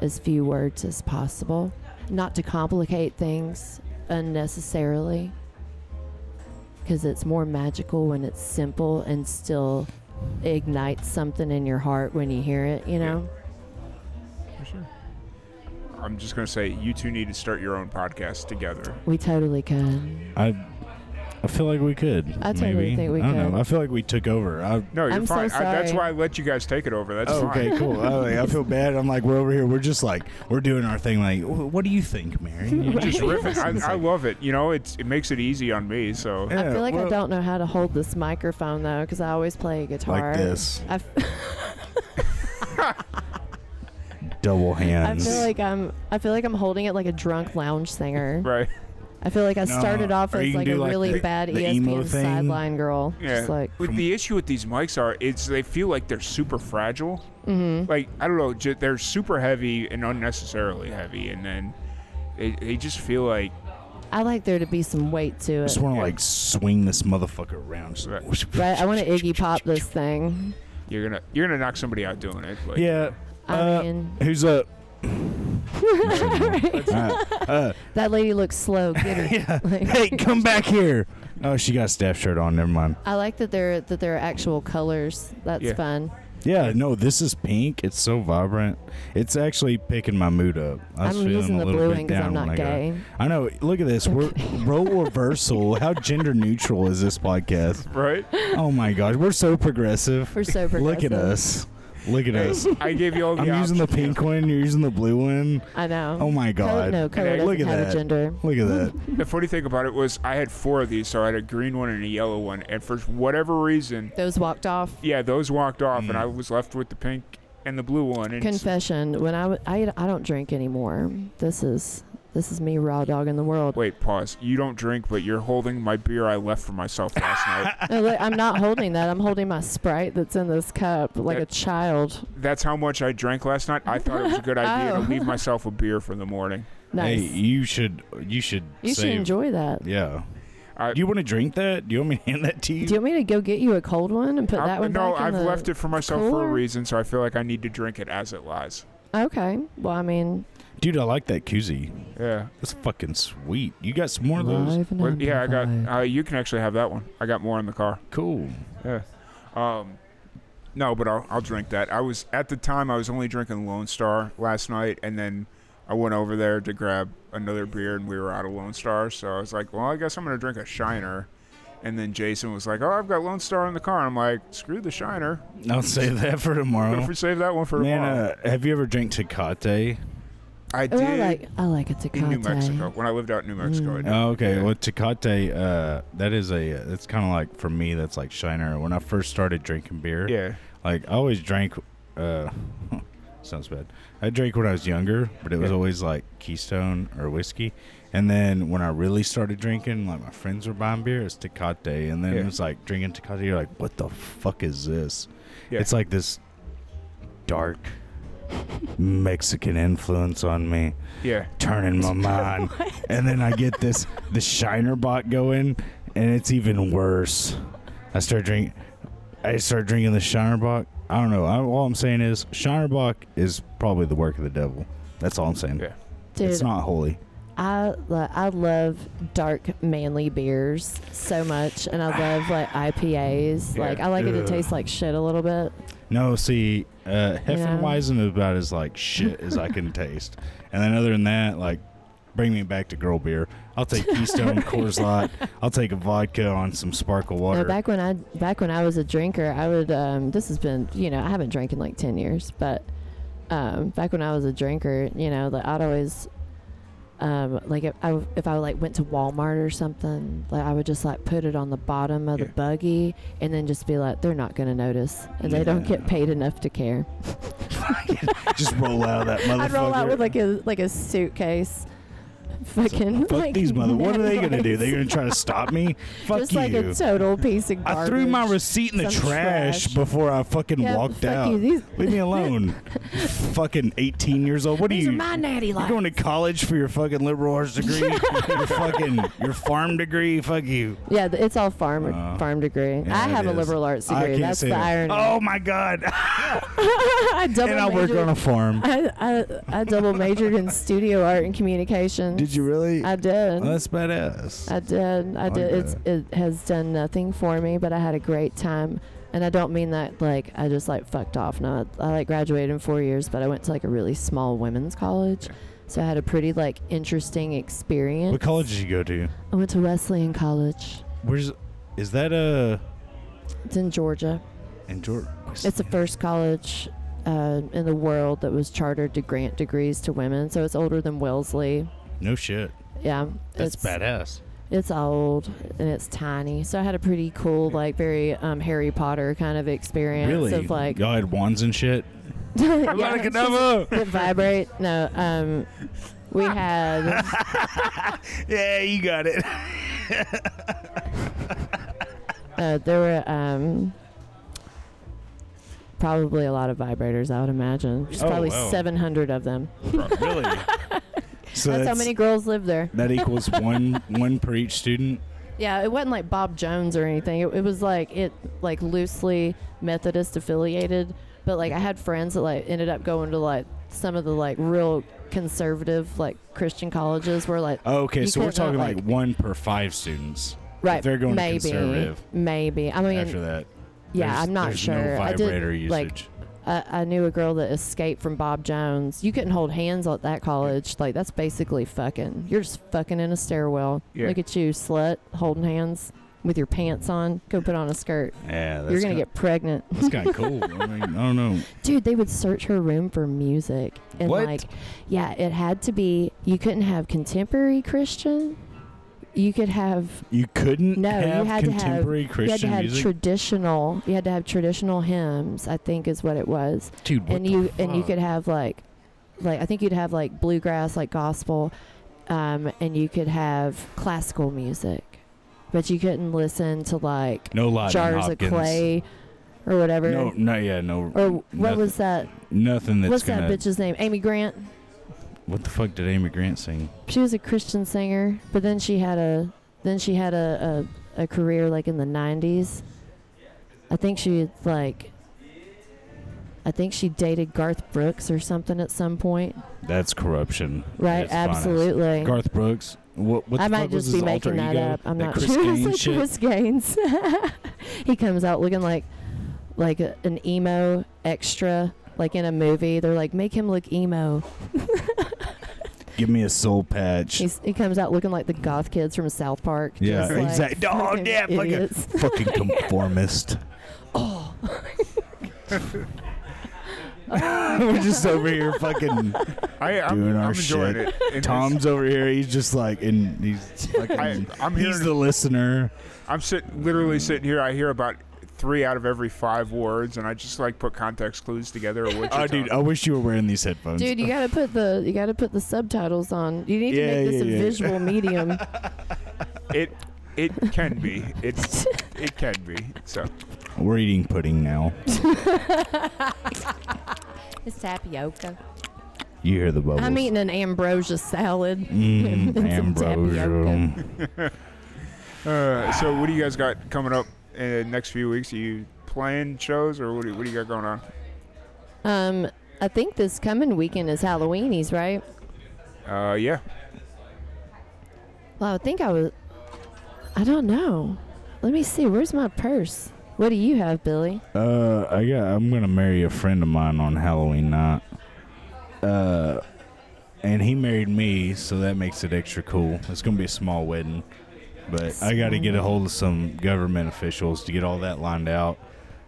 [SPEAKER 3] as few words as possible, not to complicate things unnecessarily, because it's more magical when it's simple and still ignites something in your heart when you hear it. You know.
[SPEAKER 1] For sure. I'm just gonna say you two need to start your own podcast together.
[SPEAKER 3] We totally can.
[SPEAKER 2] I I feel like we could.
[SPEAKER 3] I totally
[SPEAKER 2] maybe.
[SPEAKER 3] think we
[SPEAKER 2] I don't
[SPEAKER 3] could.
[SPEAKER 2] know. I feel like we took over. I,
[SPEAKER 1] No, you're
[SPEAKER 3] I'm so
[SPEAKER 1] fine. I, that's
[SPEAKER 3] sorry.
[SPEAKER 1] why I let you guys take it over. That's
[SPEAKER 2] oh,
[SPEAKER 1] fine.
[SPEAKER 2] okay, cool. I, like, I feel bad. I'm like, we're over here. We're just like, we're doing our thing. Like, "Wh- what do you think, Mary? You
[SPEAKER 1] Just
[SPEAKER 2] just-
[SPEAKER 1] riffing. I, I love it. You know, it's it makes it easy on me. So
[SPEAKER 3] I
[SPEAKER 2] Yeah,
[SPEAKER 3] feel like I
[SPEAKER 2] well-
[SPEAKER 3] don't know how to hold this microphone though, because I always play guitar.
[SPEAKER 2] Like this.
[SPEAKER 3] I, f-
[SPEAKER 2] Double
[SPEAKER 3] I
[SPEAKER 2] hands.
[SPEAKER 3] feel like I'm. I feel like I'm holding it like a drunk lounge singer.
[SPEAKER 1] right.
[SPEAKER 3] I feel like I
[SPEAKER 2] No,
[SPEAKER 3] started off
[SPEAKER 2] or you
[SPEAKER 3] as
[SPEAKER 2] can
[SPEAKER 3] like
[SPEAKER 2] do
[SPEAKER 3] a
[SPEAKER 2] like
[SPEAKER 3] really
[SPEAKER 2] the-
[SPEAKER 3] bad
[SPEAKER 2] the emo
[SPEAKER 3] ESPN
[SPEAKER 2] thing.
[SPEAKER 3] sideline girl.
[SPEAKER 1] Yeah.
[SPEAKER 3] Just like
[SPEAKER 1] But the issue with these mics are it's they feel like they're super fragile.
[SPEAKER 2] Mm-hmm.
[SPEAKER 3] mhm.
[SPEAKER 1] Like I don't know, ju- they're super heavy and unnecessarily heavy, and then they, they just feel like
[SPEAKER 3] I like there to be some weight to
[SPEAKER 2] I
[SPEAKER 3] it.
[SPEAKER 2] just want to
[SPEAKER 1] Yeah.
[SPEAKER 2] like swing this motherfucker around. Just-
[SPEAKER 1] Right.
[SPEAKER 3] Right? I want to Iggy Pop this thing.
[SPEAKER 1] you're gonna you're gonna knock somebody out doing it. Like,
[SPEAKER 2] Yeah.
[SPEAKER 3] I
[SPEAKER 2] Uh,
[SPEAKER 3] mean,
[SPEAKER 2] who's up? Alright. Uh,
[SPEAKER 3] that lady looks slow. Get her.
[SPEAKER 2] yeah.
[SPEAKER 3] Like-
[SPEAKER 2] Hey, come back here. Oh, she got a staff shirt on. Never mind.
[SPEAKER 3] I like that there that there are actual colors. That's
[SPEAKER 1] Yeah.
[SPEAKER 3] fun.
[SPEAKER 2] Yeah, no, this is pink. It's so vibrant. It's actually picking my mood up. I was
[SPEAKER 3] I'm
[SPEAKER 2] feeling
[SPEAKER 3] using
[SPEAKER 2] a
[SPEAKER 3] the
[SPEAKER 2] little
[SPEAKER 3] blue
[SPEAKER 2] bit
[SPEAKER 3] one 'cause
[SPEAKER 2] down
[SPEAKER 3] I'm
[SPEAKER 2] when
[SPEAKER 3] not
[SPEAKER 2] I got-
[SPEAKER 3] gay.
[SPEAKER 2] I know. Look at this. We're role reversal. How gender neutral is this podcast?
[SPEAKER 1] Right?
[SPEAKER 2] Oh my gosh, we're so progressive.
[SPEAKER 3] We're so
[SPEAKER 2] Look at
[SPEAKER 3] progressive.
[SPEAKER 2] us. Look at us.
[SPEAKER 1] I gave you all the
[SPEAKER 2] I'm using the
[SPEAKER 1] option.
[SPEAKER 2] pink one. You're using the blue one.
[SPEAKER 3] I know.
[SPEAKER 2] Oh my
[SPEAKER 3] Color,
[SPEAKER 2] god.
[SPEAKER 3] no, color
[SPEAKER 1] Look
[SPEAKER 3] doesn't
[SPEAKER 2] at
[SPEAKER 3] have
[SPEAKER 2] that.
[SPEAKER 3] a gender.
[SPEAKER 2] Look at that.
[SPEAKER 1] The funny thing about it was I had four of these, so I had a green one and a yellow one, and for whatever reason,
[SPEAKER 3] Those walked off.
[SPEAKER 1] yeah, those walked off, and
[SPEAKER 2] Mm.
[SPEAKER 1] I was left with the pink and the blue one. And it's-
[SPEAKER 3] Confession: When I, w- I I don't drink anymore. This is this is me raw dog in the world.
[SPEAKER 1] Wait, pause. You don't drink, but you're holding my beer I left for myself last night.
[SPEAKER 3] No, look, I'm not holding that. I'm holding my Sprite that's in this cup like a
[SPEAKER 1] That-
[SPEAKER 3] child.
[SPEAKER 1] That's how much I drank last night. I thought it was a good idea
[SPEAKER 3] Oh.
[SPEAKER 1] to leave myself a beer for the morning.
[SPEAKER 3] Nice.
[SPEAKER 2] Hey, you should. You should.
[SPEAKER 3] you should
[SPEAKER 2] save-
[SPEAKER 3] enjoy that.
[SPEAKER 2] Yeah.
[SPEAKER 1] I,
[SPEAKER 2] Do you want to drink that? Do you want me to hand that to you?
[SPEAKER 3] Do you want me to go get you a cold one and put
[SPEAKER 1] I-
[SPEAKER 3] that one
[SPEAKER 1] no,
[SPEAKER 3] back in
[SPEAKER 1] I've
[SPEAKER 3] the?
[SPEAKER 1] left it for myself for a
[SPEAKER 3] cooler?
[SPEAKER 1] reason, so I feel like I need to drink it as it lies.
[SPEAKER 3] Okay. Well, I mean,
[SPEAKER 2] Dude, I like that koozie.
[SPEAKER 1] Yeah.
[SPEAKER 2] That's fucking sweet. You got some more of those?
[SPEAKER 3] live and
[SPEAKER 1] Well, yeah, I got.
[SPEAKER 3] amplified.
[SPEAKER 1] Uh, you can actually have that one. I got more in the car.
[SPEAKER 2] Cool.
[SPEAKER 1] Yeah. Um, no, but I'll, I'll drink that. I was at the time I was only drinking Lone Star last night, and then I went over there to grab another beer, and we were out of Lone Star. So I was like, well, I guess I'm gonna drink a Shiner. And then Jason was like, oh, I've got Lone Star in the car. And I'm like, screw the Shiner.
[SPEAKER 2] I'll save that for
[SPEAKER 1] What if
[SPEAKER 2] tomorrow.
[SPEAKER 1] we save that one for
[SPEAKER 4] uh,
[SPEAKER 2] Man,
[SPEAKER 1] tomorrow?
[SPEAKER 2] uh, have you ever drank Tecate?
[SPEAKER 1] I
[SPEAKER 3] Or
[SPEAKER 1] did
[SPEAKER 3] I like I like a
[SPEAKER 1] in
[SPEAKER 3] Tecate.
[SPEAKER 1] New Mexico when I lived out in New Mexico. I did.
[SPEAKER 2] Oh, okay.
[SPEAKER 1] Yeah.
[SPEAKER 2] Well, Tecate, uh, that is a, that's kind of like, for me, that's like Shiner. When I first started drinking beer,
[SPEAKER 1] yeah.
[SPEAKER 2] like I always drank, uh, sounds bad. I drank when I was younger, but it was
[SPEAKER 1] Yeah.
[SPEAKER 2] always like Keystone or whiskey. And then when I really started drinking, like my friends were buying beer, it's Tecate. And then
[SPEAKER 1] Yeah.
[SPEAKER 2] it's like drinking Tecate, you're like, what the fuck is this?
[SPEAKER 1] Yeah.
[SPEAKER 2] It's like this dark Mexican influence on me
[SPEAKER 1] Yeah.
[SPEAKER 2] turning my mind. and then I get this the Shiner bot going, and it's even worse. I start drink, I start drinking the Shiner bot. I don't know. I, all I'm saying is Shiner bot is probably the work of the devil. That's all I'm saying.
[SPEAKER 1] Yeah.
[SPEAKER 3] Dude,
[SPEAKER 2] It's not holy.
[SPEAKER 3] I lo- I love dark manly beers so much, and I love like IPAs.
[SPEAKER 1] Yeah.
[SPEAKER 3] Like I like it to
[SPEAKER 2] Ugh.
[SPEAKER 3] taste like shit a little bit.
[SPEAKER 2] No, see, uh,
[SPEAKER 3] Yeah.
[SPEAKER 2] Heffenweisen is about as like shit as I can taste. And then other than that, like, bring me back to girl beer. I'll take Keystone, Coors Light. I'll take a vodka on some sparkle water.
[SPEAKER 3] No, back when I back when I was a drinker, I would. Um, this has been you know I haven't drank in like ten years, but um, back when I was a drinker, you know, like I'd always. Um, like if I, if I like went to Walmart or something, like I would just like put it on the bottom of
[SPEAKER 1] Yeah.
[SPEAKER 3] the buggy and then just be like, they're not gonna notice, and they don't
[SPEAKER 2] Yeah.
[SPEAKER 3] get paid enough to care.
[SPEAKER 2] Just roll out of that motherfucker.
[SPEAKER 3] I'd roll out with like a like a suitcase. Fucking
[SPEAKER 2] Fuck
[SPEAKER 3] like,
[SPEAKER 2] these mother. What are they gonna do?
[SPEAKER 3] They
[SPEAKER 2] They're gonna try to stop me? Fuck
[SPEAKER 3] just
[SPEAKER 2] you.
[SPEAKER 3] like a total piece of garbage.
[SPEAKER 2] I threw my receipt in the
[SPEAKER 3] some
[SPEAKER 2] trash,
[SPEAKER 3] trash.
[SPEAKER 2] before I fucking
[SPEAKER 3] Yeah,
[SPEAKER 2] walked
[SPEAKER 3] fuck
[SPEAKER 2] out.
[SPEAKER 3] you, these-
[SPEAKER 2] Leave me alone. fucking 18 years old. What
[SPEAKER 3] These
[SPEAKER 2] are
[SPEAKER 3] are
[SPEAKER 2] you?
[SPEAKER 3] my natty
[SPEAKER 2] you're
[SPEAKER 3] lights.
[SPEAKER 2] going to college for your fucking liberal arts degree, your fucking your farm degree. Fuck you.
[SPEAKER 3] yeah, th- it's all farm
[SPEAKER 2] Uh,
[SPEAKER 3] farm degree.
[SPEAKER 2] yeah,
[SPEAKER 3] I
[SPEAKER 2] it
[SPEAKER 3] have a
[SPEAKER 2] is.
[SPEAKER 3] liberal arts
[SPEAKER 2] I
[SPEAKER 3] degree.
[SPEAKER 2] can't
[SPEAKER 3] That's
[SPEAKER 2] say
[SPEAKER 3] the
[SPEAKER 2] that.
[SPEAKER 3] irony.
[SPEAKER 2] Oh my god.
[SPEAKER 3] I double
[SPEAKER 2] and I work
[SPEAKER 3] majored-
[SPEAKER 2] on a farm.
[SPEAKER 3] I, I I double majored in studio art and communication.
[SPEAKER 2] Did you really?
[SPEAKER 3] I did.
[SPEAKER 2] Well, that's badass.
[SPEAKER 3] I did. I
[SPEAKER 2] like
[SPEAKER 3] did. It's, it has done nothing for me, but I had a great time. And I don't mean that like I just like fucked off. No, I, I like graduated in four years, but I went to like a really small women's college. So I had a pretty like interesting experience.
[SPEAKER 2] what college did you go to?
[SPEAKER 3] I went to Wesleyan College.
[SPEAKER 2] Where's? Is that a?
[SPEAKER 3] It's in Georgia.
[SPEAKER 2] In Georgia?
[SPEAKER 3] It's the first college uh, in the world that was chartered to grant degrees to women. So it's older than Wellesley.
[SPEAKER 2] No shit.
[SPEAKER 3] Yeah,
[SPEAKER 2] That's
[SPEAKER 3] it's-
[SPEAKER 2] badass.
[SPEAKER 3] It's old and it's tiny. So I had a pretty cool, like very um, Harry Potter kind of experience
[SPEAKER 2] Really?
[SPEAKER 3] of like
[SPEAKER 2] y'all had wands and shit.
[SPEAKER 3] Yeah,
[SPEAKER 2] Like
[SPEAKER 3] it's just- it vibrate. No, um, we had
[SPEAKER 2] yeah, you got it.
[SPEAKER 3] uh, there were um, probably a lot of vibrators. I would imagine There's
[SPEAKER 2] Oh,
[SPEAKER 3] probably
[SPEAKER 2] wow.
[SPEAKER 3] 700 of them.
[SPEAKER 2] really? So
[SPEAKER 3] That's, how many girls live there.
[SPEAKER 2] That equals one one per each student.
[SPEAKER 3] Yeah, it wasn't like Bob Jones or anything. It, it was like it like loosely Methodist affiliated, but like I had friends that like ended up going to like some of the like real conservative like Christian colleges where like
[SPEAKER 2] Oh, okay,
[SPEAKER 3] You
[SPEAKER 2] so we're
[SPEAKER 3] couldn't,
[SPEAKER 2] talking like,
[SPEAKER 3] like-
[SPEAKER 2] one per five students.
[SPEAKER 3] right
[SPEAKER 2] they're going to
[SPEAKER 3] maybe
[SPEAKER 2] conservative
[SPEAKER 3] maybe I mean
[SPEAKER 2] After that,
[SPEAKER 3] yeah
[SPEAKER 2] There's-
[SPEAKER 3] I'm not
[SPEAKER 2] there's
[SPEAKER 3] sure
[SPEAKER 2] No
[SPEAKER 3] I did
[SPEAKER 2] vibrator usage.
[SPEAKER 3] like I, I knew a girl that escaped from Bob Jones. You couldn't hold hands at that college. Like that's basically fucking. You're just fucking in a stairwell.
[SPEAKER 1] Yeah.
[SPEAKER 3] Look at you, slut, holding hands with your pants on. Go put on a skirt.
[SPEAKER 2] yeah, that's
[SPEAKER 3] You're gonna get pregnant,
[SPEAKER 2] That's kind of cool. I mean, I don't know.
[SPEAKER 3] dude. They would search her room for music and
[SPEAKER 2] What?
[SPEAKER 3] like, yeah, it had to be. You couldn't have contemporary Christian. You could have
[SPEAKER 2] You couldn't
[SPEAKER 3] No, you
[SPEAKER 2] have
[SPEAKER 3] had to have-
[SPEAKER 2] contemporary Christian
[SPEAKER 3] you had to have
[SPEAKER 2] music,
[SPEAKER 3] traditional. You had to have traditional hymns. I think is what it was.
[SPEAKER 2] dude. What
[SPEAKER 3] and
[SPEAKER 2] the
[SPEAKER 3] you and you
[SPEAKER 2] fuck?
[SPEAKER 3] could have like like I think you'd have like bluegrass like gospel um and you could have classical music but you couldn't listen to like
[SPEAKER 2] no Lightning
[SPEAKER 3] jars
[SPEAKER 2] Hopkins.
[SPEAKER 3] of clay or whatever
[SPEAKER 2] No, no, yeah, no.
[SPEAKER 3] or what
[SPEAKER 2] nothing,
[SPEAKER 3] was that
[SPEAKER 2] nothing that's
[SPEAKER 3] what's
[SPEAKER 2] gonna?
[SPEAKER 3] that bitch's name Amy Grant
[SPEAKER 2] What the fuck did Amy Grant sing?
[SPEAKER 3] she was a Christian singer but then she had a then she had a a, a career like in the 90s I think she like I think she dated Garth Brooks or something at some point
[SPEAKER 2] That's corruption. at
[SPEAKER 3] Right,
[SPEAKER 2] its finest.
[SPEAKER 3] absolutely.
[SPEAKER 2] Garth Brooks. What, what
[SPEAKER 3] I
[SPEAKER 2] the
[SPEAKER 3] might
[SPEAKER 2] fuck was
[SPEAKER 3] just be
[SPEAKER 2] his alter
[SPEAKER 3] making that
[SPEAKER 2] ego?
[SPEAKER 3] up. I'm
[SPEAKER 2] That
[SPEAKER 3] not
[SPEAKER 2] Chris
[SPEAKER 3] sure. It's
[SPEAKER 2] Gaines
[SPEAKER 3] like
[SPEAKER 2] shit?
[SPEAKER 3] Chris Gaines. he comes out looking like like a- an emo extra, like in a movie. They're like, make him look emo.
[SPEAKER 2] Give me a soul patch.
[SPEAKER 3] He's, he comes out looking like the goth kids from South Park.
[SPEAKER 2] yeah,
[SPEAKER 3] just like
[SPEAKER 2] exactly. Dog,
[SPEAKER 4] Oh,
[SPEAKER 3] fucking
[SPEAKER 2] yeah, fucking,
[SPEAKER 3] idiots.
[SPEAKER 2] fucking conformist.
[SPEAKER 3] Oh.
[SPEAKER 4] We're just over here fucking.
[SPEAKER 1] I, I'm,
[SPEAKER 4] Doing our
[SPEAKER 1] I'm enjoying
[SPEAKER 4] shit.
[SPEAKER 1] it. And
[SPEAKER 4] Tom's over here. He's just like, and he's fucking.
[SPEAKER 1] I, I'm
[SPEAKER 4] he's
[SPEAKER 1] hearing.
[SPEAKER 4] the listener.
[SPEAKER 1] I'm sitting, literally sitting here. I hear about three out of every five words, and I just like put context clues together. Or what
[SPEAKER 4] Oh,
[SPEAKER 1] you're
[SPEAKER 4] dude, I
[SPEAKER 1] talking-
[SPEAKER 4] wish you were wearing these headphones.
[SPEAKER 3] Dude, you gotta put the you gotta put the subtitles on. You need
[SPEAKER 4] Yeah,
[SPEAKER 3] to make this
[SPEAKER 4] yeah,
[SPEAKER 3] a
[SPEAKER 4] yeah.
[SPEAKER 3] visual medium.
[SPEAKER 4] uh,
[SPEAKER 1] it it can be. It's it can be. So
[SPEAKER 4] We're eating pudding now.
[SPEAKER 3] it's tapioca.
[SPEAKER 4] You hear the bubbles.
[SPEAKER 3] I'm eating an ambrosia salad.
[SPEAKER 4] Mm,
[SPEAKER 3] some
[SPEAKER 4] ambrosia.
[SPEAKER 3] tapioca.
[SPEAKER 1] uh, so what do you guys got coming up in the next few weeks? Are you playing shows, or what do, what do you got going on?
[SPEAKER 3] Um, I think this coming weekend is Halloweenies, right?
[SPEAKER 1] Uh, yeah.
[SPEAKER 3] Well, I think I was. I don't know. Let me see. Where's my purse? What do you have, Billy?
[SPEAKER 4] Uh, I got. I'm gonna marry a friend of mine on Halloween night. Uh,
[SPEAKER 2] And he married me, so that makes it extra cool. It's gonna be a small wedding, but I got to get a hold of some government officials to get all that lined out.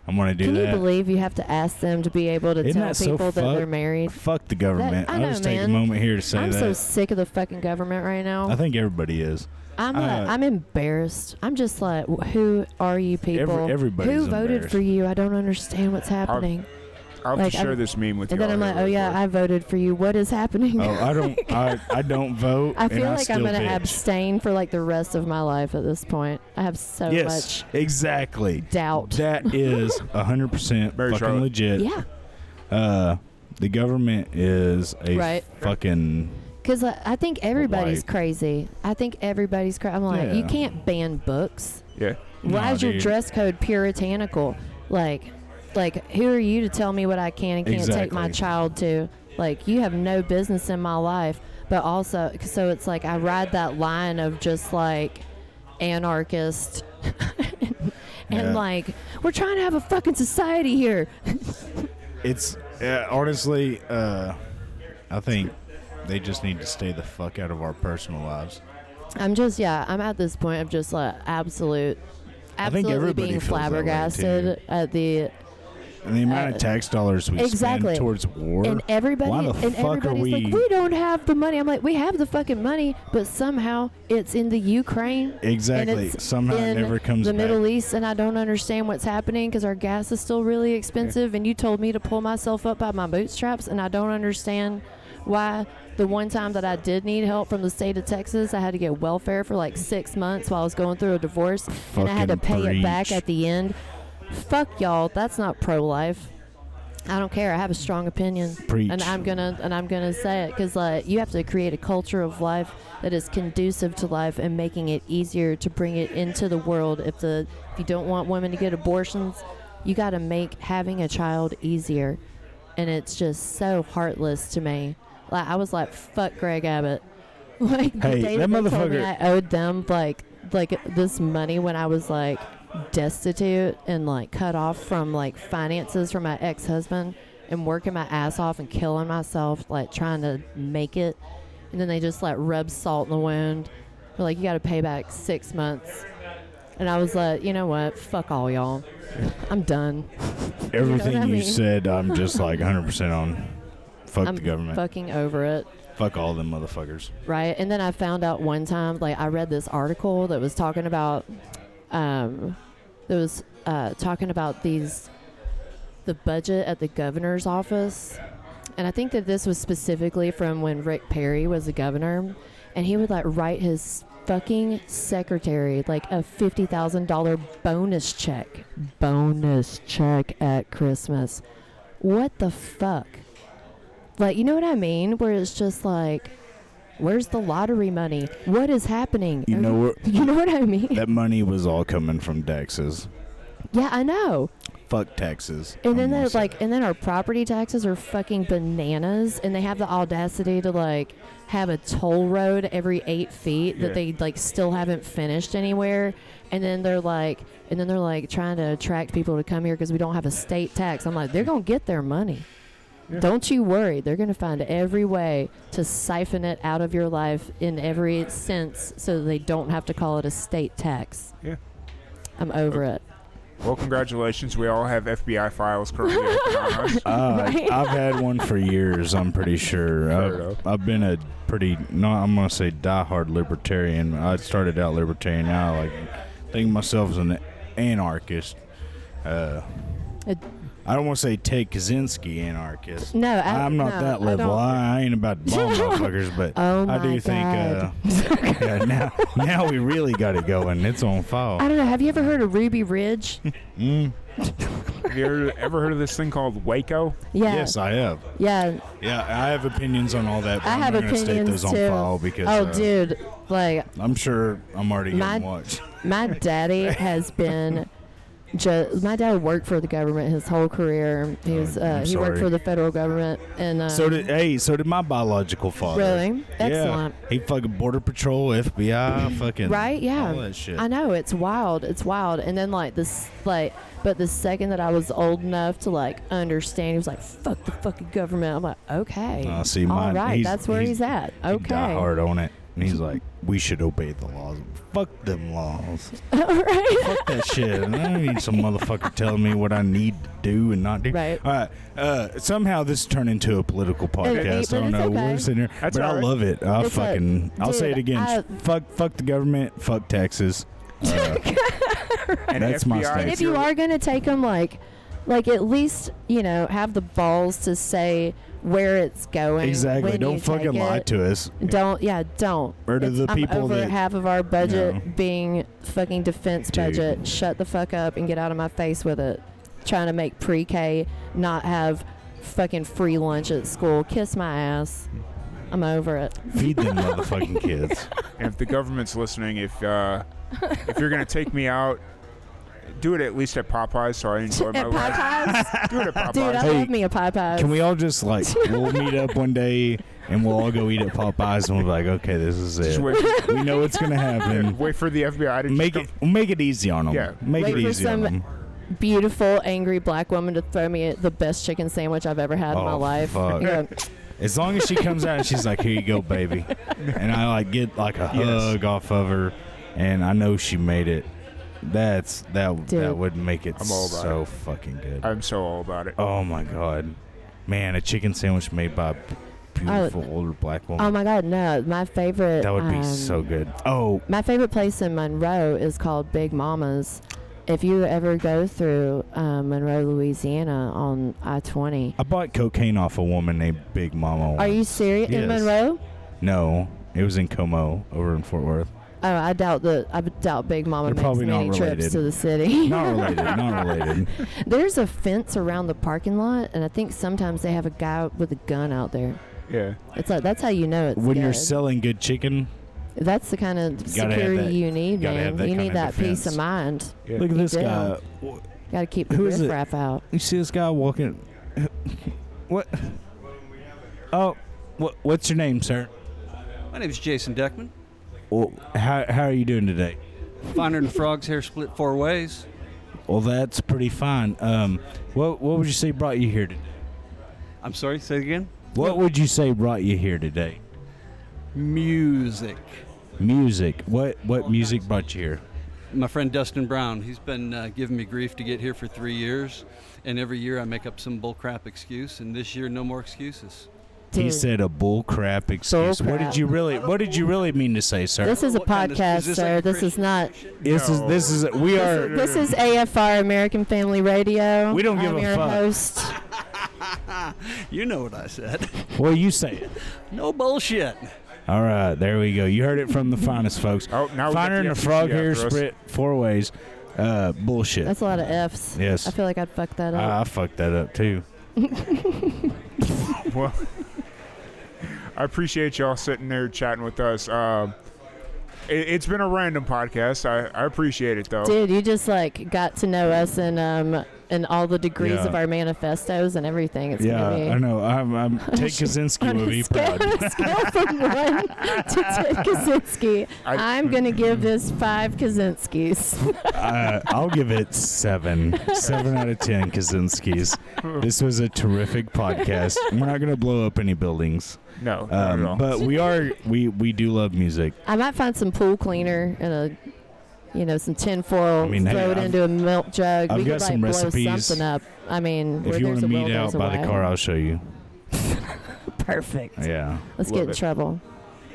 [SPEAKER 2] I'm gonna do
[SPEAKER 3] Can
[SPEAKER 2] that.
[SPEAKER 3] you believe you have to ask them to be able to
[SPEAKER 4] Isn't
[SPEAKER 3] tell
[SPEAKER 4] that so
[SPEAKER 3] people that they're
[SPEAKER 4] fucked?
[SPEAKER 3] married?
[SPEAKER 2] Fuck the government.
[SPEAKER 3] I
[SPEAKER 2] I'll
[SPEAKER 3] know,
[SPEAKER 2] just take a
[SPEAKER 3] man.
[SPEAKER 2] moment here to say
[SPEAKER 3] I'm
[SPEAKER 2] that.
[SPEAKER 3] so sick of the fucking government right now.
[SPEAKER 2] I think everybody is.
[SPEAKER 3] I'm uh,
[SPEAKER 2] Uh,
[SPEAKER 3] I'm embarrassed. I'm just like, wh- who are you people?
[SPEAKER 2] everybody's
[SPEAKER 3] who voted for
[SPEAKER 2] embarrassed.
[SPEAKER 3] you? I don't understand what's happening.
[SPEAKER 1] I'll
[SPEAKER 3] Like,
[SPEAKER 1] just share
[SPEAKER 3] I'm-
[SPEAKER 1] this meme with
[SPEAKER 3] and
[SPEAKER 1] you.
[SPEAKER 3] then I'm like, oh yeah, I voted for you. What is happening?
[SPEAKER 4] oh, I don't. I, I don't vote.
[SPEAKER 3] I feel
[SPEAKER 4] and
[SPEAKER 3] like
[SPEAKER 4] I
[SPEAKER 3] I'm
[SPEAKER 4] still
[SPEAKER 3] gonna
[SPEAKER 4] bitch.
[SPEAKER 3] abstain for like the rest of my life at this point. I have so
[SPEAKER 4] Yes, exactly.
[SPEAKER 3] much doubt.
[SPEAKER 4] That is 100%
[SPEAKER 1] Mary
[SPEAKER 4] fucking
[SPEAKER 1] Charlotte.
[SPEAKER 4] legit.
[SPEAKER 3] Yeah,
[SPEAKER 4] Uh, the government is a
[SPEAKER 3] Right.
[SPEAKER 4] fucking.
[SPEAKER 3] because like, I think everybody's
[SPEAKER 4] like-
[SPEAKER 3] crazy. I think everybody's crazy. I'm like, you
[SPEAKER 4] Yeah.
[SPEAKER 3] can't ban books.
[SPEAKER 1] yeah.
[SPEAKER 3] Why
[SPEAKER 2] Nah,
[SPEAKER 3] is your
[SPEAKER 2] dude.
[SPEAKER 3] dress code puritanical? Like, like who are you to tell me what I can and can't take my
[SPEAKER 4] Exactly.
[SPEAKER 3] child to? Like, you have no business in my life. But also, so it's like I ride that line of just like anarchist. And
[SPEAKER 4] Yeah.
[SPEAKER 3] like, we're trying to have a fucking society here.
[SPEAKER 4] It's
[SPEAKER 2] Yeah, honestly, uh, I think they just need to stay the fuck out of our personal lives.
[SPEAKER 3] I'm just, yeah, I'm at this point of just like absolute,
[SPEAKER 2] I think
[SPEAKER 3] absolutely
[SPEAKER 2] everybody
[SPEAKER 3] being
[SPEAKER 2] feels that way,
[SPEAKER 3] flabbergasted at the
[SPEAKER 4] and the amount
[SPEAKER 3] Uh,
[SPEAKER 4] of tax dollars we
[SPEAKER 3] exactly.
[SPEAKER 4] spend towards war.
[SPEAKER 3] and everybody
[SPEAKER 4] Why the
[SPEAKER 3] and
[SPEAKER 4] fuck are
[SPEAKER 3] everybody's like
[SPEAKER 4] we-
[SPEAKER 3] we don't have the money i'm like we have the fucking money but somehow it's in the ukraine
[SPEAKER 4] exactly.
[SPEAKER 3] and it's
[SPEAKER 4] Somehow it
[SPEAKER 3] in
[SPEAKER 4] never comes
[SPEAKER 3] the
[SPEAKER 4] back.
[SPEAKER 3] middle east and i don't understand what's happening because our gas is still really expensive and you told me to pull myself up by my bootstraps and i don't understand why the one time that i did need help from the state of texas i had to get welfare for like six months while i was going through a divorce and i had to pay
[SPEAKER 4] Fucking
[SPEAKER 3] it back
[SPEAKER 4] preach.
[SPEAKER 3] at the end fuck y'all that's not pro-life i don't care i have a strong opinion
[SPEAKER 4] Preach.
[SPEAKER 3] and I'm gonna and I'm gonna say it because like you have to create a culture of life that is conducive to life and making it easier to bring it into the world. If the if you don't want women to get abortions, you got to make having a child easier, and it's just so heartless to me. Like I was like, fuck Greg Abbott. Like the
[SPEAKER 4] Hey,
[SPEAKER 3] day
[SPEAKER 4] that
[SPEAKER 3] they told me
[SPEAKER 4] motherfucker-
[SPEAKER 3] I owed them like like this money when I was like destitute and like cut off from like finances from my ex husband and working my ass off and killing myself, like trying to make it. And then they just like rub salt in the wound. They're like, you got to pay back six months. And I was like, you know what? Fuck all y'all. I'm done.
[SPEAKER 4] Everything
[SPEAKER 3] I
[SPEAKER 4] you
[SPEAKER 3] mean?
[SPEAKER 4] said, I'm just like 100% on. Fuck
[SPEAKER 3] I'm
[SPEAKER 4] the government.
[SPEAKER 3] fucking over it.
[SPEAKER 2] Fuck all them motherfuckers.
[SPEAKER 3] right? And then I found out one time, like I read this article that was talking about, um, that was uh, talking about these, the budget at the governor's office, and I think that this was specifically from when Rick Perry was the governor, and he would like write his fucking secretary like a fifty thousand dollar bonus check, bonus check at Christmas. What the fuck? Like, you know what I mean? Where it's just like, where's the lottery money? What is happening?
[SPEAKER 4] you
[SPEAKER 3] Are
[SPEAKER 4] know where
[SPEAKER 3] you know what I mean?
[SPEAKER 4] that money was all coming from taxes.
[SPEAKER 3] Yeah, I know.
[SPEAKER 4] Fuck taxes.
[SPEAKER 1] Oh,
[SPEAKER 3] And
[SPEAKER 4] I'm
[SPEAKER 3] then
[SPEAKER 4] gonna
[SPEAKER 3] they're
[SPEAKER 4] say
[SPEAKER 3] like, and then our property taxes are fucking bananas, and they have the audacity to like have a toll road every eight feet that
[SPEAKER 1] Yeah.
[SPEAKER 3] they like still haven't finished anywhere, and then they're like, and then they're like trying to attract people to come here because we don't have a state tax. I'm like, they're gonna get their money.
[SPEAKER 1] Yeah.
[SPEAKER 3] Don't you worry. They're going to find every way to siphon it out of your life in every sense so that they don't have to call it a state tax.
[SPEAKER 1] Yeah.
[SPEAKER 3] I'm over it.
[SPEAKER 1] Well, congratulations. We all have FBI files currently open on us.
[SPEAKER 2] Uh,
[SPEAKER 3] Right.
[SPEAKER 2] I've had one for years. I'm pretty sure.
[SPEAKER 1] Fair
[SPEAKER 2] I've,
[SPEAKER 1] enough.
[SPEAKER 2] I've been a pretty no. I'm gonna say diehard libertarian. I started out libertarian. Now I like think of myself as an anarchist. Uh,
[SPEAKER 3] It-
[SPEAKER 2] I don't want to say take Kaczynski anarchist.
[SPEAKER 3] No, I,
[SPEAKER 2] I'm not
[SPEAKER 3] no,
[SPEAKER 2] that
[SPEAKER 3] I
[SPEAKER 2] level.
[SPEAKER 3] don't-
[SPEAKER 2] I, I ain't about to bomb motherfuckers, but
[SPEAKER 3] Oh my
[SPEAKER 2] I do
[SPEAKER 3] God.
[SPEAKER 2] think uh, yeah, now now we really got it going. It's on
[SPEAKER 3] I
[SPEAKER 2] file.
[SPEAKER 3] don't know. Have you ever heard of Ruby Ridge?
[SPEAKER 2] Mm,
[SPEAKER 1] Have you ever, ever heard of this thing called Waco?
[SPEAKER 3] Yeah.
[SPEAKER 2] Yes, I have.
[SPEAKER 3] Yeah.
[SPEAKER 2] Yeah, I have opinions on all that. But
[SPEAKER 3] I
[SPEAKER 2] am
[SPEAKER 3] have
[SPEAKER 2] not gonna state
[SPEAKER 3] opinions
[SPEAKER 2] those on
[SPEAKER 3] too.
[SPEAKER 2] file because
[SPEAKER 3] oh,
[SPEAKER 2] uh,
[SPEAKER 3] dude. Like,
[SPEAKER 2] I'm sure I'm already
[SPEAKER 3] My-
[SPEAKER 2] getting watched.
[SPEAKER 3] My daddy has been. Just, my dad worked for the government his whole career. He was
[SPEAKER 2] Oh,
[SPEAKER 3] uh,
[SPEAKER 2] I'm
[SPEAKER 3] he worked
[SPEAKER 2] sorry.
[SPEAKER 3] for the federal government and uh,
[SPEAKER 2] So did hey, so did my biological father.
[SPEAKER 3] really excellent,
[SPEAKER 2] Yeah, he fucking border patrol, FBI, fucking
[SPEAKER 3] right? Yeah,
[SPEAKER 2] all that shit.
[SPEAKER 3] I know it's wild. It's wild. And then like this, like, but the second that I was old enough to like understand, he was like, "Fuck the fucking government." I'm like, okay,
[SPEAKER 2] Uh, see,
[SPEAKER 3] all
[SPEAKER 2] mine-
[SPEAKER 3] right,
[SPEAKER 2] he's-
[SPEAKER 3] that's where he's,
[SPEAKER 2] he's-
[SPEAKER 3] at.
[SPEAKER 2] He
[SPEAKER 3] Okay,
[SPEAKER 2] die hard on it, and he's like, "We should obey the laws. Fuck them laws.
[SPEAKER 3] all right.
[SPEAKER 2] Fuck that shit. I don't need some motherfucker telling me what I need to do and not do."
[SPEAKER 3] Right.
[SPEAKER 2] All right. Uh, somehow this turned into a political podcast.
[SPEAKER 3] but
[SPEAKER 2] I don't
[SPEAKER 3] it's
[SPEAKER 2] know.
[SPEAKER 3] okay.
[SPEAKER 2] We're sitting here,
[SPEAKER 1] That's
[SPEAKER 2] but
[SPEAKER 1] all
[SPEAKER 2] I
[SPEAKER 1] right.
[SPEAKER 2] love it. I
[SPEAKER 3] It's a-
[SPEAKER 2] fucking. I'll say
[SPEAKER 3] dude, uh,
[SPEAKER 2] it again.
[SPEAKER 3] I-
[SPEAKER 2] fuck. Fuck the government. Fuck taxes. Uh,
[SPEAKER 1] And
[SPEAKER 2] That's my
[SPEAKER 1] FBI
[SPEAKER 2] stance.
[SPEAKER 3] and
[SPEAKER 1] is
[SPEAKER 3] if you
[SPEAKER 1] your-
[SPEAKER 3] are gonna take them, like, like at least you know have the balls to say where it's going.
[SPEAKER 2] Exactly.
[SPEAKER 3] when you
[SPEAKER 2] Don't
[SPEAKER 3] take
[SPEAKER 2] fucking lie
[SPEAKER 3] it.
[SPEAKER 2] to us.
[SPEAKER 3] Don't yeah, don't.
[SPEAKER 2] Or to the
[SPEAKER 3] I'm
[SPEAKER 2] people
[SPEAKER 3] over
[SPEAKER 2] that-
[SPEAKER 3] half of our budget
[SPEAKER 2] No.
[SPEAKER 3] being fucking defense
[SPEAKER 2] Dude.
[SPEAKER 3] budget. Shut the fuck up and get out of my face with it. Trying to make pre-K not have fucking free lunch at school. Kiss my ass. I'm over it.
[SPEAKER 2] Feed them motherfucking kids.
[SPEAKER 1] And if the government's listening, if uh, if you're gonna take me out, do it at least at Popeyes so I enjoy my
[SPEAKER 3] At
[SPEAKER 1] life.
[SPEAKER 3] Popeyes,
[SPEAKER 1] Do it at Popeyes.
[SPEAKER 3] dude, I
[SPEAKER 2] Hey,
[SPEAKER 3] love me a Popeyes.
[SPEAKER 2] Can we all just like we'll meet up one day and we'll all go eat at Popeyes and we'll be like, okay, this is
[SPEAKER 1] Just
[SPEAKER 2] it.
[SPEAKER 1] wait,
[SPEAKER 2] We know it's gonna happen.
[SPEAKER 1] wait for the FBI to
[SPEAKER 2] Make it make it easy on them.
[SPEAKER 1] Yeah.
[SPEAKER 2] Make
[SPEAKER 3] Wait
[SPEAKER 2] it
[SPEAKER 3] for
[SPEAKER 2] easy on
[SPEAKER 3] some-
[SPEAKER 2] them.
[SPEAKER 3] Beautiful, angry black woman to throw me the best chicken sandwich I've ever had in my
[SPEAKER 2] Oh,
[SPEAKER 3] life.
[SPEAKER 2] fuck.
[SPEAKER 3] Yeah.
[SPEAKER 2] As long as she comes out and she's like, here you go, baby, and I like get like a
[SPEAKER 1] Yes.
[SPEAKER 2] hug off of her, and I know she made it. That's that
[SPEAKER 3] Dude.
[SPEAKER 2] that would make it
[SPEAKER 1] I'm all about
[SPEAKER 2] so fucking good.
[SPEAKER 1] I'm so all about it.
[SPEAKER 2] Oh my god, man, a chicken sandwich made by a beautiful older black woman.
[SPEAKER 3] Oh my god, no! My favorite.
[SPEAKER 2] that would be
[SPEAKER 3] um,
[SPEAKER 2] so good. Oh,
[SPEAKER 3] My favorite place in Monroe is called Big Mama's. If you ever go through um, Monroe, Louisiana on I 20,
[SPEAKER 2] I bought cocaine off a woman named Big Mama.
[SPEAKER 3] are
[SPEAKER 2] once.
[SPEAKER 3] you serious?
[SPEAKER 2] Yes.
[SPEAKER 3] In Monroe?
[SPEAKER 2] No, it was in Como over in Fort Worth.
[SPEAKER 3] Oh, I doubt that. I doubt Big Mama
[SPEAKER 2] You're
[SPEAKER 3] makes
[SPEAKER 2] probably not
[SPEAKER 3] many
[SPEAKER 2] related.
[SPEAKER 3] trips to the city.
[SPEAKER 2] Not related. not related.
[SPEAKER 3] There's a fence around the parking lot, and I think sometimes they have a guy with a gun out there.
[SPEAKER 1] Yeah.
[SPEAKER 3] It's like that's how you know it's
[SPEAKER 2] When you're
[SPEAKER 3] good.
[SPEAKER 2] selling good chicken,
[SPEAKER 3] that's the kind of
[SPEAKER 2] have
[SPEAKER 3] security
[SPEAKER 2] that-
[SPEAKER 3] you need,
[SPEAKER 2] gotta
[SPEAKER 3] man.
[SPEAKER 2] have that
[SPEAKER 3] you need
[SPEAKER 2] kind
[SPEAKER 3] that
[SPEAKER 2] of
[SPEAKER 3] peace of
[SPEAKER 2] defense.
[SPEAKER 3] mind.
[SPEAKER 1] Yeah.
[SPEAKER 2] look at this
[SPEAKER 3] do.
[SPEAKER 2] guy. W-
[SPEAKER 3] Got to keep the
[SPEAKER 2] Who is it?
[SPEAKER 3] riffraff out.
[SPEAKER 2] You see this guy walking? What? Oh, what? What's your name, sir?
[SPEAKER 5] My name is Jason Deckman.
[SPEAKER 2] Well, how how are you doing today?
[SPEAKER 5] Finer than frogs, hair split four ways.
[SPEAKER 2] Well, that's pretty fine. Um, what what would you say brought you here today?
[SPEAKER 5] I'm sorry, say it again.
[SPEAKER 2] What would you say brought you here today?
[SPEAKER 5] Music.
[SPEAKER 2] Music. What what music brought you here?
[SPEAKER 5] My friend Dustin Brown, he's been uh, giving me grief to get here for three years, and every year I make up some bullcrap excuse, and this year no more excuses.
[SPEAKER 2] He
[SPEAKER 3] Dude,
[SPEAKER 2] said a bull crap excuse. What
[SPEAKER 3] crap.
[SPEAKER 2] did you really What did you really mean to say, sir?
[SPEAKER 3] this is a
[SPEAKER 5] What kind of- is
[SPEAKER 3] podcast,
[SPEAKER 5] this like
[SPEAKER 3] sir.
[SPEAKER 5] a
[SPEAKER 3] this is
[SPEAKER 5] Christian
[SPEAKER 3] not.
[SPEAKER 2] This is this is we are.
[SPEAKER 3] This is AFR American Family Radio.
[SPEAKER 2] We don't give
[SPEAKER 3] I'm
[SPEAKER 2] a
[SPEAKER 3] your
[SPEAKER 2] fuck.
[SPEAKER 3] host.
[SPEAKER 5] You know what I said.
[SPEAKER 2] Well, you say it.
[SPEAKER 5] no bullshit.
[SPEAKER 2] All right, there we go. You heard it from the finest folks.
[SPEAKER 1] Oh, now we got
[SPEAKER 2] Finer than
[SPEAKER 1] the
[SPEAKER 2] a
[SPEAKER 1] FCC
[SPEAKER 2] frog
[SPEAKER 1] after
[SPEAKER 2] hair
[SPEAKER 1] us.
[SPEAKER 2] split four ways. Uh, bullshit.
[SPEAKER 3] That's a lot of F's.
[SPEAKER 2] yes,
[SPEAKER 3] I feel like I'd fuck that
[SPEAKER 2] I,
[SPEAKER 3] up.
[SPEAKER 2] I fucked that up too.
[SPEAKER 1] Well, I appreciate y'all sitting there chatting with us. Um, it, it's been a random podcast. I, I appreciate it though.
[SPEAKER 3] Dude, you just like got to know us and um and all the degrees
[SPEAKER 2] Yeah.
[SPEAKER 3] of our manifestos and everything. It's
[SPEAKER 2] yeah,
[SPEAKER 3] gonna be
[SPEAKER 2] I know. I'm, I'm Tate Kaczynski
[SPEAKER 3] on
[SPEAKER 2] would
[SPEAKER 3] a
[SPEAKER 2] be
[SPEAKER 3] scale,
[SPEAKER 2] proud.
[SPEAKER 3] scale from one to ten Kaczynski.
[SPEAKER 1] I-
[SPEAKER 3] I'm gonna give this five Kaczynskis.
[SPEAKER 2] uh, I'll give it seven. Seven out of ten Kaczynski's. This was a terrific podcast. We're not going to blow up any buildings,
[SPEAKER 1] No, not at all.
[SPEAKER 2] um, but we are. We we do love music.
[SPEAKER 3] I might find some pool cleaner and a you know, some tinfoil,
[SPEAKER 2] I mean, hey,
[SPEAKER 3] throw it
[SPEAKER 2] I've-
[SPEAKER 3] into a milk jug.
[SPEAKER 2] I've
[SPEAKER 3] we
[SPEAKER 2] got
[SPEAKER 3] could
[SPEAKER 2] some
[SPEAKER 3] like blow
[SPEAKER 2] recipes.
[SPEAKER 3] something up. I mean,
[SPEAKER 2] If
[SPEAKER 3] where
[SPEAKER 2] you
[SPEAKER 3] there's
[SPEAKER 2] want
[SPEAKER 3] a
[SPEAKER 2] to
[SPEAKER 3] will,
[SPEAKER 2] meet out
[SPEAKER 3] there's a
[SPEAKER 2] by
[SPEAKER 3] way.
[SPEAKER 2] the car, I'll show you.
[SPEAKER 3] Perfect.
[SPEAKER 2] Yeah.
[SPEAKER 3] Let's
[SPEAKER 1] Love
[SPEAKER 3] get in
[SPEAKER 1] it.
[SPEAKER 3] trouble.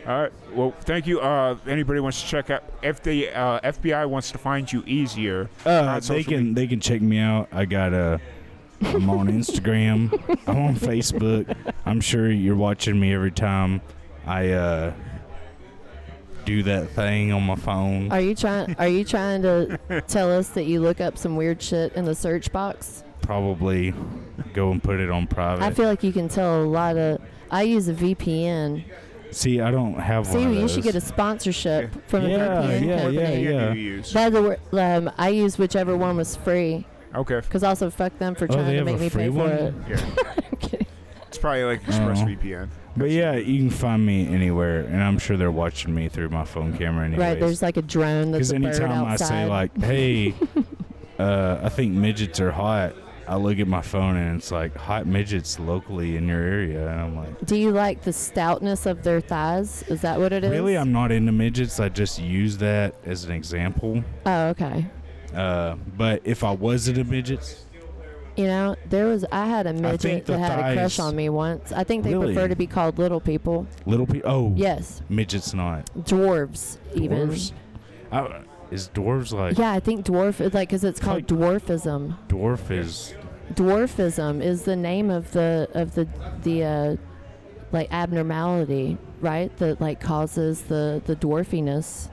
[SPEAKER 1] All right. Well, thank you. Uh, anybody wants to check out if the uh, FBI wants to find you easier.
[SPEAKER 2] Uh,
[SPEAKER 1] Not
[SPEAKER 2] they
[SPEAKER 1] social
[SPEAKER 2] can they can check me out. I got Uh, I'm on Instagram. I'm on Facebook. I'm sure you're watching me every time I uh, do that thing on my phone.
[SPEAKER 3] Are you trying? Are you trying to tell us that you look up some weird shit in the search box?
[SPEAKER 2] Probably go and put it on private.
[SPEAKER 3] I feel like you can tell a lot of. I use a VPN.
[SPEAKER 2] See, I don't have
[SPEAKER 3] See,
[SPEAKER 2] one. of
[SPEAKER 3] you should
[SPEAKER 2] those.
[SPEAKER 3] get a sponsorship from
[SPEAKER 2] Yeah,
[SPEAKER 3] a VPN
[SPEAKER 2] yeah,
[SPEAKER 3] company.
[SPEAKER 2] yeah, yeah.
[SPEAKER 1] You use.
[SPEAKER 3] By the way, um, I use whichever one was free,
[SPEAKER 1] Okay.
[SPEAKER 3] because also fuck them for
[SPEAKER 2] Oh, they
[SPEAKER 3] trying to
[SPEAKER 2] have a
[SPEAKER 3] make me
[SPEAKER 2] free
[SPEAKER 3] pay
[SPEAKER 2] one?
[SPEAKER 3] for it.
[SPEAKER 1] Yeah.
[SPEAKER 3] I'm kidding.
[SPEAKER 1] It's probably like ExpressVPN.
[SPEAKER 2] But yeah, you can find me anywhere, and I'm sure they're watching me through my phone camera. Anyways.
[SPEAKER 3] Right, there's like a drone that's
[SPEAKER 2] Because
[SPEAKER 3] a bird
[SPEAKER 2] anytime I
[SPEAKER 3] outside.
[SPEAKER 2] say like, "Hey, uh, I think midgets are hot," I look at my phone and it's like hot midgets locally in your area, and I'm like,
[SPEAKER 3] Do you like the stoutness of their thighs? Is that what it is?
[SPEAKER 2] "Really? I'm not into midgets. I just use that as an example."
[SPEAKER 3] Oh, okay.
[SPEAKER 2] Uh, but if I was into midgets,
[SPEAKER 3] You know, there was I had a
[SPEAKER 2] think
[SPEAKER 3] midget
[SPEAKER 2] the
[SPEAKER 3] that had a crush
[SPEAKER 2] thighs-
[SPEAKER 3] on me once. I think they
[SPEAKER 2] Really?
[SPEAKER 3] prefer to be called little people.
[SPEAKER 2] little people, oh,
[SPEAKER 3] Yes,
[SPEAKER 2] midgets not
[SPEAKER 3] dwarves even.
[SPEAKER 2] dwarves. I, is dwarves like
[SPEAKER 3] Yeah, I think dwarf is like because it's called
[SPEAKER 2] like-
[SPEAKER 3] dwarfism.
[SPEAKER 2] dwarf is
[SPEAKER 3] Dwarfism is the name of the of the the uh, like abnormality, right? That like causes the the dwarfiness.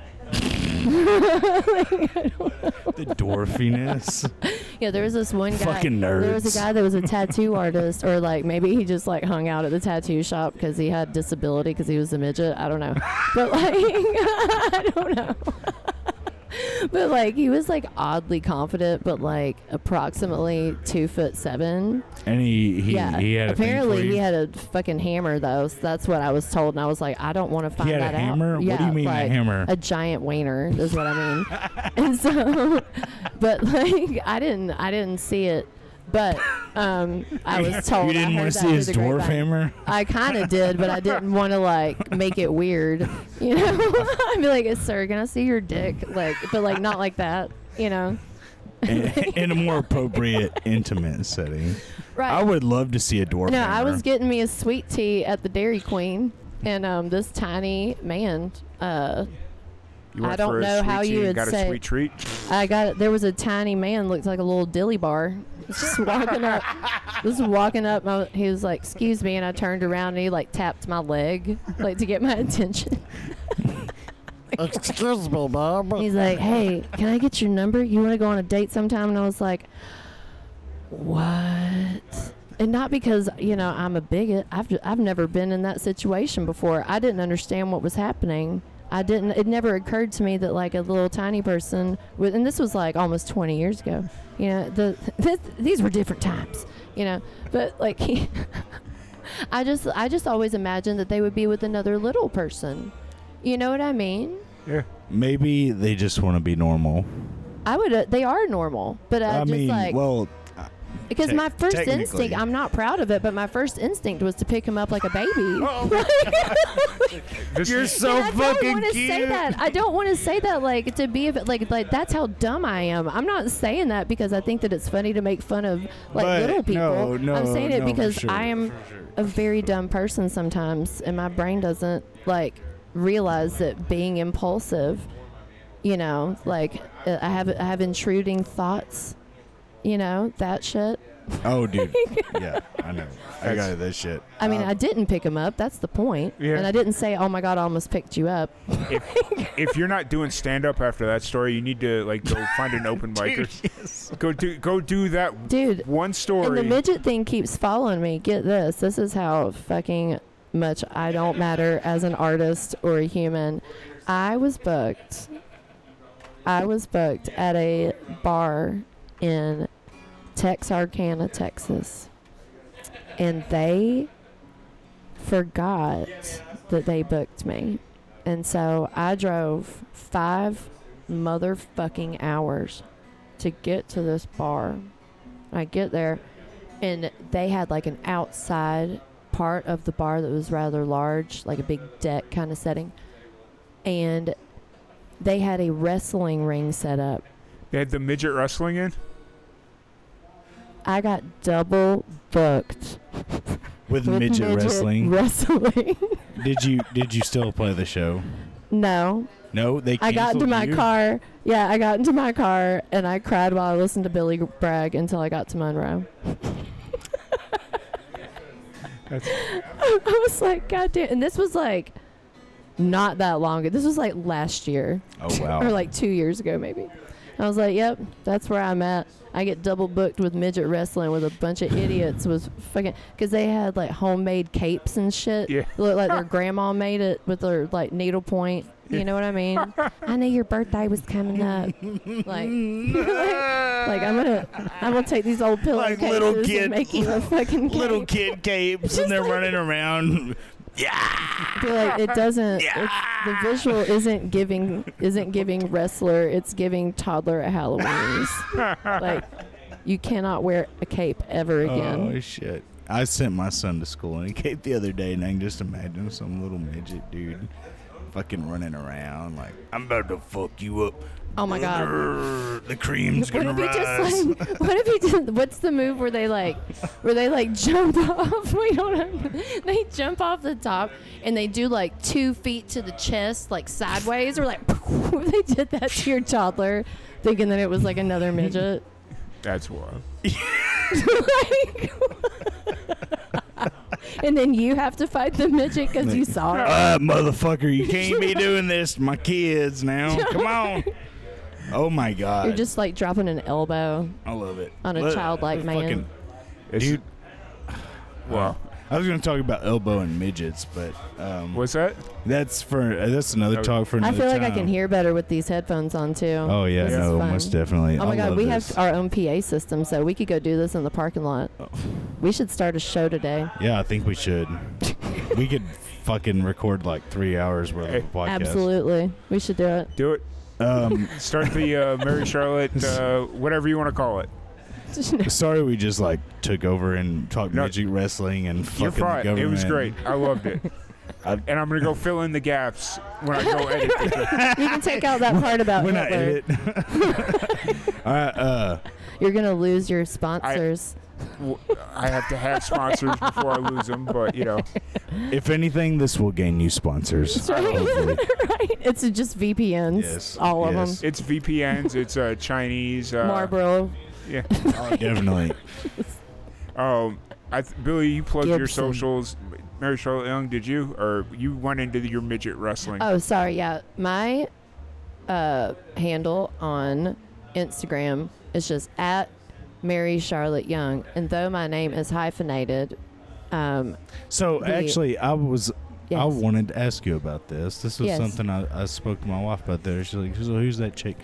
[SPEAKER 2] the dwarfiness?
[SPEAKER 3] Yeah, there was this one guy.
[SPEAKER 2] Fucking
[SPEAKER 3] There was
[SPEAKER 2] nerds.
[SPEAKER 3] a guy that was a tattoo artist, or like maybe he just like hung out at the tattoo shop because he had disability because he was a midget. I don't know, but like I don't know. but like he was like oddly confident, but like approximately two foot seven.
[SPEAKER 2] and he he,
[SPEAKER 3] yeah.
[SPEAKER 2] he had a thing
[SPEAKER 3] Apparently
[SPEAKER 2] for you?
[SPEAKER 3] he had a fucking hammer though. So that's what I was told, and I was like, I don't want to find
[SPEAKER 2] had a
[SPEAKER 3] that out.
[SPEAKER 2] hammer? What do
[SPEAKER 3] Yeah,
[SPEAKER 2] you mean a
[SPEAKER 3] like,
[SPEAKER 2] hammer?
[SPEAKER 3] A giant wiener is what I mean. and so, but like I didn't, I didn't see it. But um, I was told.
[SPEAKER 2] You
[SPEAKER 3] I
[SPEAKER 2] didn't
[SPEAKER 3] heard
[SPEAKER 2] want to see
[SPEAKER 3] that through
[SPEAKER 2] his
[SPEAKER 3] the
[SPEAKER 2] dwarf
[SPEAKER 3] grapevine.
[SPEAKER 2] hammer?
[SPEAKER 3] I kind of did, but I didn't want to like make it weird. You know, I'd be like, "Sir, can I see your dick?" Like, but like not like that. You know,
[SPEAKER 2] in a more appropriate, intimate setting.
[SPEAKER 3] right?
[SPEAKER 2] I would love to see a dwarf.
[SPEAKER 3] No,
[SPEAKER 2] hammer.
[SPEAKER 3] I was getting me a sweet tea at the Dairy Queen, and um, this tiny man, uh,
[SPEAKER 1] You
[SPEAKER 3] I
[SPEAKER 1] went
[SPEAKER 3] don't
[SPEAKER 1] for a
[SPEAKER 3] know
[SPEAKER 1] sweet
[SPEAKER 3] how
[SPEAKER 1] tea
[SPEAKER 3] you
[SPEAKER 1] and
[SPEAKER 3] would
[SPEAKER 1] got
[SPEAKER 3] say-
[SPEAKER 1] a sweet treat.
[SPEAKER 3] I got there was a tiny man looked like a little dilly bar, just walking up, just walking up. My, he was like, "Excuse me," and I turned around and he like tapped my leg, like to get my attention.
[SPEAKER 6] Excuse me, ma'am.
[SPEAKER 3] He's like, "Hey, can I get your number? You want to go on a date sometime?" And I was like, "What?" And not because you know I'm a bigot. I've ju- I've never been in that situation before. I didn't understand what was happening. I didn't. It never occurred to me that like a little tiny person with, and this was like almost 20 years ago. You know, the this, these were different times. You know, but like he. I just I just always imagined that they would be with another little person. You know what I mean?
[SPEAKER 2] Maybe they just want to be normal.
[SPEAKER 3] I would. Uh, they are normal, but I,
[SPEAKER 2] I
[SPEAKER 3] Uh, just
[SPEAKER 2] mean,
[SPEAKER 3] like
[SPEAKER 2] well,
[SPEAKER 3] because
[SPEAKER 2] tec-
[SPEAKER 3] my first
[SPEAKER 2] technically.
[SPEAKER 3] instinct. I'm not proud of it, but my first instinct was to pick him up like a
[SPEAKER 2] Oh,
[SPEAKER 3] baby.
[SPEAKER 1] This
[SPEAKER 2] you're
[SPEAKER 1] is-
[SPEAKER 2] so
[SPEAKER 3] And I don't
[SPEAKER 2] fucking
[SPEAKER 3] want to
[SPEAKER 2] cute.
[SPEAKER 3] say that. I don't want to say that. Like to be a bit- like like that's how dumb I am. I'm not saying that because I think that it's funny to make fun of like
[SPEAKER 2] But
[SPEAKER 3] little people.
[SPEAKER 2] no, no,
[SPEAKER 3] I'm saying it
[SPEAKER 2] no, for
[SPEAKER 3] because
[SPEAKER 2] sure,
[SPEAKER 3] I am
[SPEAKER 2] for sure,
[SPEAKER 3] a very dumb person sometimes, and my brain doesn't like realize that being impulsive. You know, like uh, I have I have intruding thoughts. You know that shit.
[SPEAKER 2] Oh, dude. yeah, I know. I got this shit.
[SPEAKER 3] I mean, I didn't pick him up. That's the point.
[SPEAKER 1] Yeah.
[SPEAKER 3] And I didn't say, "Oh my God, I almost picked you up."
[SPEAKER 1] if you're not doing stand up after that story, you need to like go find an open micer. Go do go do that
[SPEAKER 3] Dude,
[SPEAKER 1] one story.
[SPEAKER 3] And the midget thing keeps following me. Get this. This is how fucking much I don't matter as an artist or a human. I was booked. I was booked at a bar in Texarkana, Texas. And they forgot that they booked me. And so I drove five motherfucking hours to get to this bar. I get there, and they had like an outside part of the bar that was rather large, like a big deck kind of setting. And They had a wrestling ring set up.
[SPEAKER 1] They had the midget wrestling in.
[SPEAKER 3] I got double booked
[SPEAKER 2] with,
[SPEAKER 3] with
[SPEAKER 2] midget, wrestling.
[SPEAKER 3] Wrestling.
[SPEAKER 2] did you did you still play the show?
[SPEAKER 3] no,
[SPEAKER 2] No, they.
[SPEAKER 3] I got into
[SPEAKER 2] canceled
[SPEAKER 3] my
[SPEAKER 2] you?
[SPEAKER 3] car. Yeah, I got into my car and I cried while I listened to Billy Bragg until I got to Monroe.
[SPEAKER 1] That's-
[SPEAKER 3] I was like, God damn! And this was like not that long ago. This was like last year
[SPEAKER 2] Oh
[SPEAKER 3] or
[SPEAKER 2] wow!
[SPEAKER 3] like two years ago, maybe. I was like, "Yep, that's where I'm at." I get double booked with midget wrestling with a bunch of idiots with fucking because they had like homemade capes and shit.
[SPEAKER 1] Yeah.
[SPEAKER 3] looked like their grandma made it with their like needlepoint. You know what I mean? I knew your birthday was coming up. like, like I'm gonna, I'm gonna take these old pillow
[SPEAKER 2] Like little kid-
[SPEAKER 3] and make you a fucking
[SPEAKER 2] Little kid
[SPEAKER 3] cape.
[SPEAKER 2] capes and they're running around.
[SPEAKER 3] I feel like it doesn't. It's, the visual isn't giving isn't giving wrestler. It's giving toddler at Halloween's. like you cannot wear a cape ever
[SPEAKER 2] Oh
[SPEAKER 3] again.
[SPEAKER 2] shit! I sent my son to school in a cape the other day, and I can just imagine some little midget dude fucking running around like, "I'm about to fuck you up."
[SPEAKER 3] Oh, my god.
[SPEAKER 2] Brrr, The cream's
[SPEAKER 3] What
[SPEAKER 2] gonna
[SPEAKER 3] if he
[SPEAKER 2] rise.
[SPEAKER 3] just like? What if he just? What's the move where they like? Where they like jump off? We don't. Know. They jump off the top and they do like two feet to the chest, like sideways, or like. they did that to your toddler, thinking that it was like another midget.
[SPEAKER 1] That's wild.
[SPEAKER 3] Like- and then you have to fight the midget because you saw it.
[SPEAKER 2] Uh, motherfucker, you can't be doing this to my kids now. Come on. Oh my god.
[SPEAKER 3] You're just like dropping an elbow.
[SPEAKER 2] I love it.
[SPEAKER 3] on a childlike man.
[SPEAKER 2] fucking-
[SPEAKER 1] It's,
[SPEAKER 2] Dude.
[SPEAKER 1] Wow.
[SPEAKER 2] I was going to talk about elbow and midgets, but um,
[SPEAKER 1] What's that?
[SPEAKER 2] that's for uh, that's another talk for
[SPEAKER 3] I
[SPEAKER 2] another
[SPEAKER 3] feel like I
[SPEAKER 2] time.
[SPEAKER 3] can hear better with these headphones on too.
[SPEAKER 2] Oh yeah,
[SPEAKER 3] This is
[SPEAKER 2] no,
[SPEAKER 3] fun.
[SPEAKER 2] most definitely.
[SPEAKER 3] Oh my
[SPEAKER 2] I
[SPEAKER 3] god,
[SPEAKER 2] love
[SPEAKER 3] we
[SPEAKER 2] this. Oh.
[SPEAKER 3] have our own PA system, so we could go do this in the parking lot. We should start a show today.
[SPEAKER 2] Yeah, I think we should. we could fucking record like three hours worth of
[SPEAKER 1] Hey.
[SPEAKER 2] a podcast.
[SPEAKER 3] Absolutely, we should do it.
[SPEAKER 1] Do it.
[SPEAKER 2] Um,
[SPEAKER 1] Start the uh, Mary Charlotte, uh, whatever you want to call it.
[SPEAKER 2] sorry, we just like took over and talked
[SPEAKER 1] No.
[SPEAKER 2] midget wrestling and fucking
[SPEAKER 1] You're
[SPEAKER 2] the
[SPEAKER 1] fine. It was
[SPEAKER 2] government.
[SPEAKER 1] great. I loved it.
[SPEAKER 2] I-
[SPEAKER 1] and I'm gonna go fill in the gaps when I go edit. it.
[SPEAKER 3] you can take out that part about
[SPEAKER 2] We're not
[SPEAKER 3] Hitler.
[SPEAKER 2] in it. All right, uh,
[SPEAKER 3] You're gonna lose your sponsors.
[SPEAKER 1] W- I have to have sponsors before I lose them, but you know,
[SPEAKER 2] if anything, this will gain you sponsors. Hopefully.
[SPEAKER 3] right? It's just VPNs,
[SPEAKER 2] Yes,
[SPEAKER 3] all of
[SPEAKER 2] yes.
[SPEAKER 3] them.
[SPEAKER 1] it's VPNs. It's uh, Chinese. Uh,
[SPEAKER 3] Marlboro.
[SPEAKER 1] Yeah.
[SPEAKER 2] Definitely.
[SPEAKER 1] Um, I th- Billy, you plugged your
[SPEAKER 3] Gibson.
[SPEAKER 1] socials. Mary Charlotte Young, did you? Or you went into your midget wrestling?
[SPEAKER 3] Oh, sorry. Yeah, my uh, handle on Instagram is just at Mary Charlotte Young, and though my name is hyphenated, um,
[SPEAKER 2] So
[SPEAKER 3] The-
[SPEAKER 2] actually, I was I
[SPEAKER 3] yes.
[SPEAKER 2] wanted to ask you about this. This was
[SPEAKER 3] Yes.
[SPEAKER 2] something I, I spoke to my wife about. There, she's like, "So who's that chick?"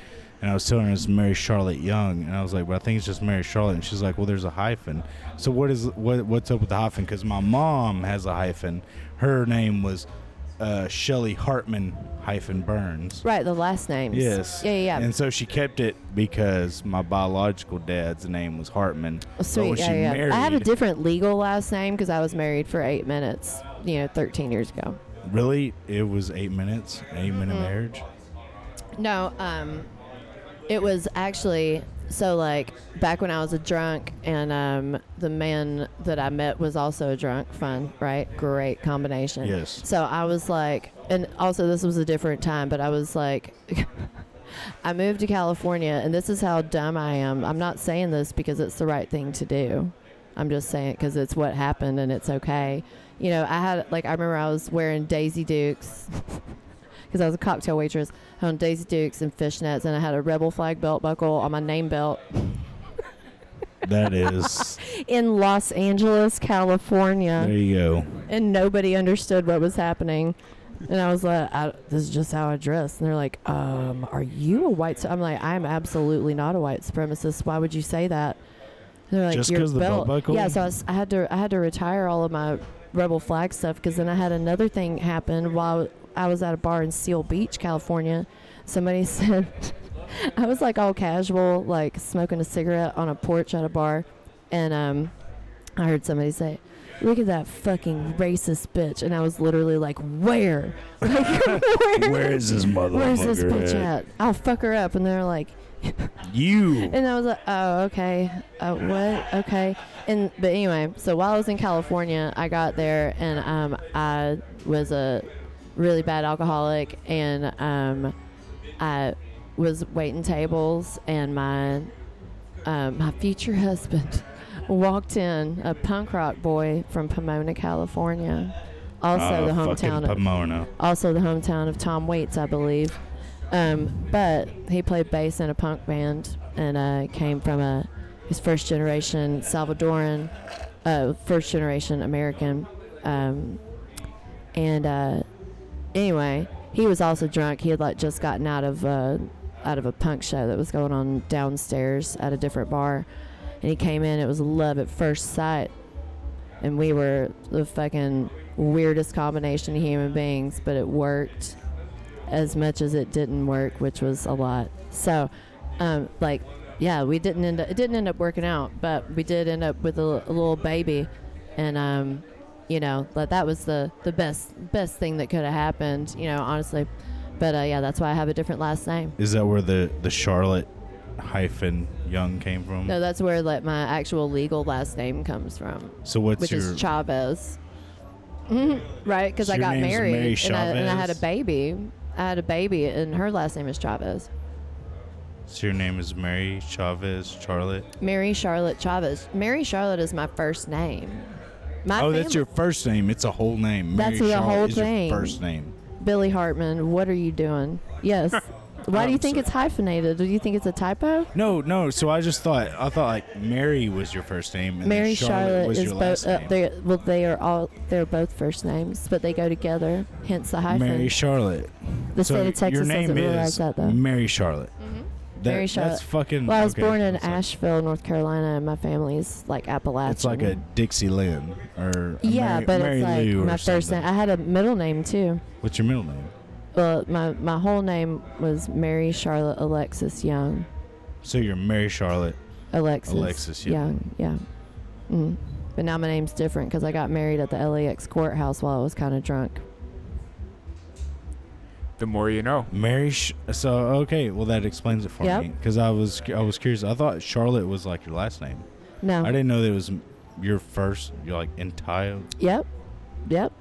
[SPEAKER 2] And I was telling her it's Mary Charlotte Young, and I was like, "But I think it's just Mary Charlotte." And she's like, "Well, there's a hyphen. So what is what what's up with the hyphen? Because my mom has a hyphen. Her name was uh, Shelly Hartman hyphen Burns."
[SPEAKER 3] right the last names.
[SPEAKER 2] Yes.
[SPEAKER 3] Yeah, yeah. yeah.
[SPEAKER 2] And so she kept it because my biological dad's name was Hartman.
[SPEAKER 3] Oh,
[SPEAKER 2] So
[SPEAKER 3] Sweet.
[SPEAKER 2] when
[SPEAKER 3] Yeah,
[SPEAKER 2] she
[SPEAKER 3] yeah. I have a
[SPEAKER 2] married-
[SPEAKER 3] different legal last name because I was married for eight minutes. You know, thirteen years ago.
[SPEAKER 2] Really, it was eight minutes. Eight minute
[SPEAKER 3] Mm-hmm.
[SPEAKER 2] marriage.
[SPEAKER 3] No, um, it was actually so like back when I was a drunk, and um, the man that I met was also a drunk. Fun, right? Great combination.
[SPEAKER 2] Yes.
[SPEAKER 3] So I was like, and also this was a different time, but I was like. I moved to California, and this is how dumb I am. I'm not saying this because it's the right thing to do. I'm just saying it because it's what happened, and it's okay. You know, I had like I remember I was wearing Daisy Dukes because I was a cocktail waitress on Daisy Dukes and fishnets, and I had a rebel flag belt buckle on my name belt
[SPEAKER 2] That is.
[SPEAKER 3] in Los Angeles, California,
[SPEAKER 2] there you go.
[SPEAKER 3] and nobody understood what was happening. And I was like, I, "This is just how I dress." And they're like, "Um, are you a white?" su-" I'm like, "I'm absolutely not a white supremacist. Why would you say that?" And they're like,
[SPEAKER 2] Just
[SPEAKER 3] "Your
[SPEAKER 2] 'cause the belt buckle?"
[SPEAKER 3] Yeah, so I, was, I had to I had to retire all of my rebel flag stuff because then I had another thing happen while I was at a bar in Seal Beach, California. Somebody said, I was like all casual, like smoking a cigarette on a porch at a bar, and um, I heard somebody say, look at that fucking racist bitch. And I was literally like, where? Like, where?
[SPEAKER 2] Where is this motherfucker?
[SPEAKER 3] Where's this bitch
[SPEAKER 2] at?
[SPEAKER 3] at? I'll fuck her up. And they're like,
[SPEAKER 2] You.
[SPEAKER 3] and I was like, oh, okay. Uh, what? Okay. And but anyway, so while I was in California, I got there and um, I was a really bad alcoholic and um, I was waiting tables and my um, my future husband walked in, a punk rock boy from Pomona, California, also
[SPEAKER 2] Ah,
[SPEAKER 3] the
[SPEAKER 2] fucking
[SPEAKER 3] hometown of
[SPEAKER 2] Pomona.
[SPEAKER 3] also the hometown of Tom Waits, I believe. Um, but he played bass in a punk band and uh, came from a his first generation Salvadoran, uh, first generation American. Um, and uh, anyway, he was also drunk. He had like just gotten out of uh, out of a punk show that was going on downstairs at a different bar, and he came in. It was love at first sight, and we were the fucking weirdest combination of human beings, but it worked as much as it didn't work, which was a lot. So, um, like, yeah, we didn't end up, it didn't end up working out, but we did end up with a, l- a little baby, and um, you know, like that was the the best best thing that could have happened, you know, honestly. But uh, yeah, that's why I have a different last name.
[SPEAKER 7] Is that where the the Charlotte hyphen Young came from?
[SPEAKER 3] No, that's where like my actual legal last name comes from.
[SPEAKER 7] So what's
[SPEAKER 3] which
[SPEAKER 7] your
[SPEAKER 3] is Chavez. Mhm, right? Because
[SPEAKER 2] So
[SPEAKER 3] I
[SPEAKER 2] your
[SPEAKER 3] got
[SPEAKER 2] name's
[SPEAKER 3] married
[SPEAKER 2] Mary
[SPEAKER 3] and, I, and I had a
[SPEAKER 2] Chavez?
[SPEAKER 3] baby. I had a baby, and her last name is Chavez.
[SPEAKER 7] so your name is Mary Chavez Charlotte?
[SPEAKER 3] Mary Charlotte Chavez. Mary Charlotte is my first name. My
[SPEAKER 2] Oh, that's
[SPEAKER 3] fam-
[SPEAKER 2] your first name. It's a whole name.
[SPEAKER 3] That's
[SPEAKER 2] Mary
[SPEAKER 3] the
[SPEAKER 2] Charlotte
[SPEAKER 3] whole
[SPEAKER 2] is
[SPEAKER 3] thing.
[SPEAKER 2] Your first name.
[SPEAKER 3] Billy Hartman. What are you doing? Yes. Why do you
[SPEAKER 2] I'm
[SPEAKER 3] think
[SPEAKER 2] sorry.
[SPEAKER 3] it's hyphenated? Do you think it's a typo?
[SPEAKER 2] No, no. So I just thought I thought like Mary was your first name, and
[SPEAKER 3] Mary
[SPEAKER 2] then Charlotte,
[SPEAKER 3] Charlotte,
[SPEAKER 2] was
[SPEAKER 3] is
[SPEAKER 2] your last
[SPEAKER 3] both. Uh,
[SPEAKER 2] name.
[SPEAKER 3] they well, they are all. They're both first names, but they go together. Hence the hyphen.
[SPEAKER 2] Mary Charlotte.
[SPEAKER 3] the
[SPEAKER 2] so
[SPEAKER 3] state of Texas
[SPEAKER 2] your name
[SPEAKER 3] doesn't realize
[SPEAKER 2] is
[SPEAKER 3] that though.
[SPEAKER 2] Mary Charlotte. That-
[SPEAKER 3] Mary Charlotte.
[SPEAKER 2] That's fucking.
[SPEAKER 3] Well, I was
[SPEAKER 2] Mm, okay,
[SPEAKER 3] born in
[SPEAKER 2] it's like-
[SPEAKER 3] Asheville, North Carolina, and my family's like Appalachian.
[SPEAKER 2] It's like a Dixie Lynn or a
[SPEAKER 3] yeah,
[SPEAKER 2] Mary,
[SPEAKER 3] but
[SPEAKER 2] Mary
[SPEAKER 3] it's like
[SPEAKER 2] Lou or
[SPEAKER 3] my first
[SPEAKER 2] something.
[SPEAKER 3] name. I had a middle name too.
[SPEAKER 2] What's your middle name?
[SPEAKER 3] Well, my my whole name was Mary Charlotte Alexis Young.
[SPEAKER 2] So you're Mary Charlotte.
[SPEAKER 3] Alexis.
[SPEAKER 2] Alexis
[SPEAKER 3] Young.
[SPEAKER 2] Young.
[SPEAKER 3] Yeah. Mm. But now my name's different because I got married at the LAX courthouse while I was kind of drunk.
[SPEAKER 1] The more you know.
[SPEAKER 2] Mary. Sh- so okay, well that explains it for
[SPEAKER 3] Yep.
[SPEAKER 2] me because I was I was curious. I thought Charlotte was like your last name.
[SPEAKER 3] No.
[SPEAKER 2] I didn't know that it was m- your first. You're like entire.
[SPEAKER 3] Yep. Yep.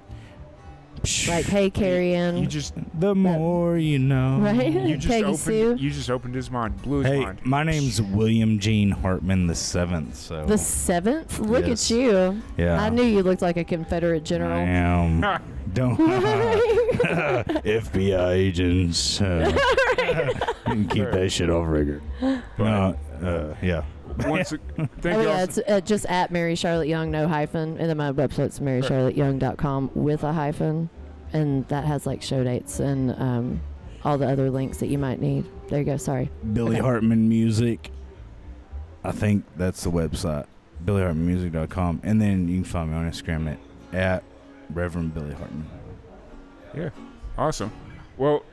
[SPEAKER 3] Like, hey, Carrie
[SPEAKER 1] You
[SPEAKER 3] Ann.
[SPEAKER 1] just
[SPEAKER 2] the more you know.
[SPEAKER 3] Right?
[SPEAKER 1] you just
[SPEAKER 3] Peggy
[SPEAKER 1] opened
[SPEAKER 3] Sue.
[SPEAKER 1] you just opened his mind, blew his
[SPEAKER 2] Hey,
[SPEAKER 1] mind.
[SPEAKER 2] my name's William Gene Hartman the seventh. So
[SPEAKER 3] The seventh? Look
[SPEAKER 2] Yes.
[SPEAKER 3] at you.
[SPEAKER 2] yeah,
[SPEAKER 3] I knew you looked like a Confederate
[SPEAKER 2] I
[SPEAKER 3] general.
[SPEAKER 2] am. Don't
[SPEAKER 3] Right?
[SPEAKER 2] FBI agents uh, and keep that shit off rigor. No, uh, yeah.
[SPEAKER 1] Once a, thank
[SPEAKER 3] Oh,
[SPEAKER 1] you all
[SPEAKER 3] yeah, it's uh, just at Mary Charlotte Young, no hyphen. And then my website's marycharlotteyoung.com with a hyphen. And that has like show dates and um, all the other links that you might need. There you go. Sorry.
[SPEAKER 2] Billy
[SPEAKER 3] Okay.
[SPEAKER 2] Hartman music. I think that's the website. BillyHartmanMusic.com, and then you can find me on Instagram at, at Reverend Billy Hartman.
[SPEAKER 1] Awesome. Well,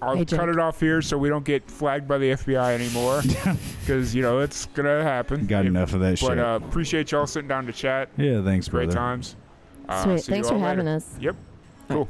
[SPEAKER 1] I'll
[SPEAKER 3] Hey,
[SPEAKER 1] cut
[SPEAKER 3] Jake.
[SPEAKER 1] it off here so we don't get flagged by the FBI anymore because you know it's gonna happen.
[SPEAKER 2] Got
[SPEAKER 1] If-
[SPEAKER 2] enough of that
[SPEAKER 1] But
[SPEAKER 2] shit.
[SPEAKER 1] uh, appreciate y'all sitting down to chat.
[SPEAKER 2] yeah, thanks,
[SPEAKER 1] Great
[SPEAKER 2] brother.
[SPEAKER 1] times. Uh,
[SPEAKER 3] Sweet.
[SPEAKER 1] see you
[SPEAKER 3] Thanks for
[SPEAKER 1] all later.
[SPEAKER 3] having us.
[SPEAKER 1] Yep. Cool.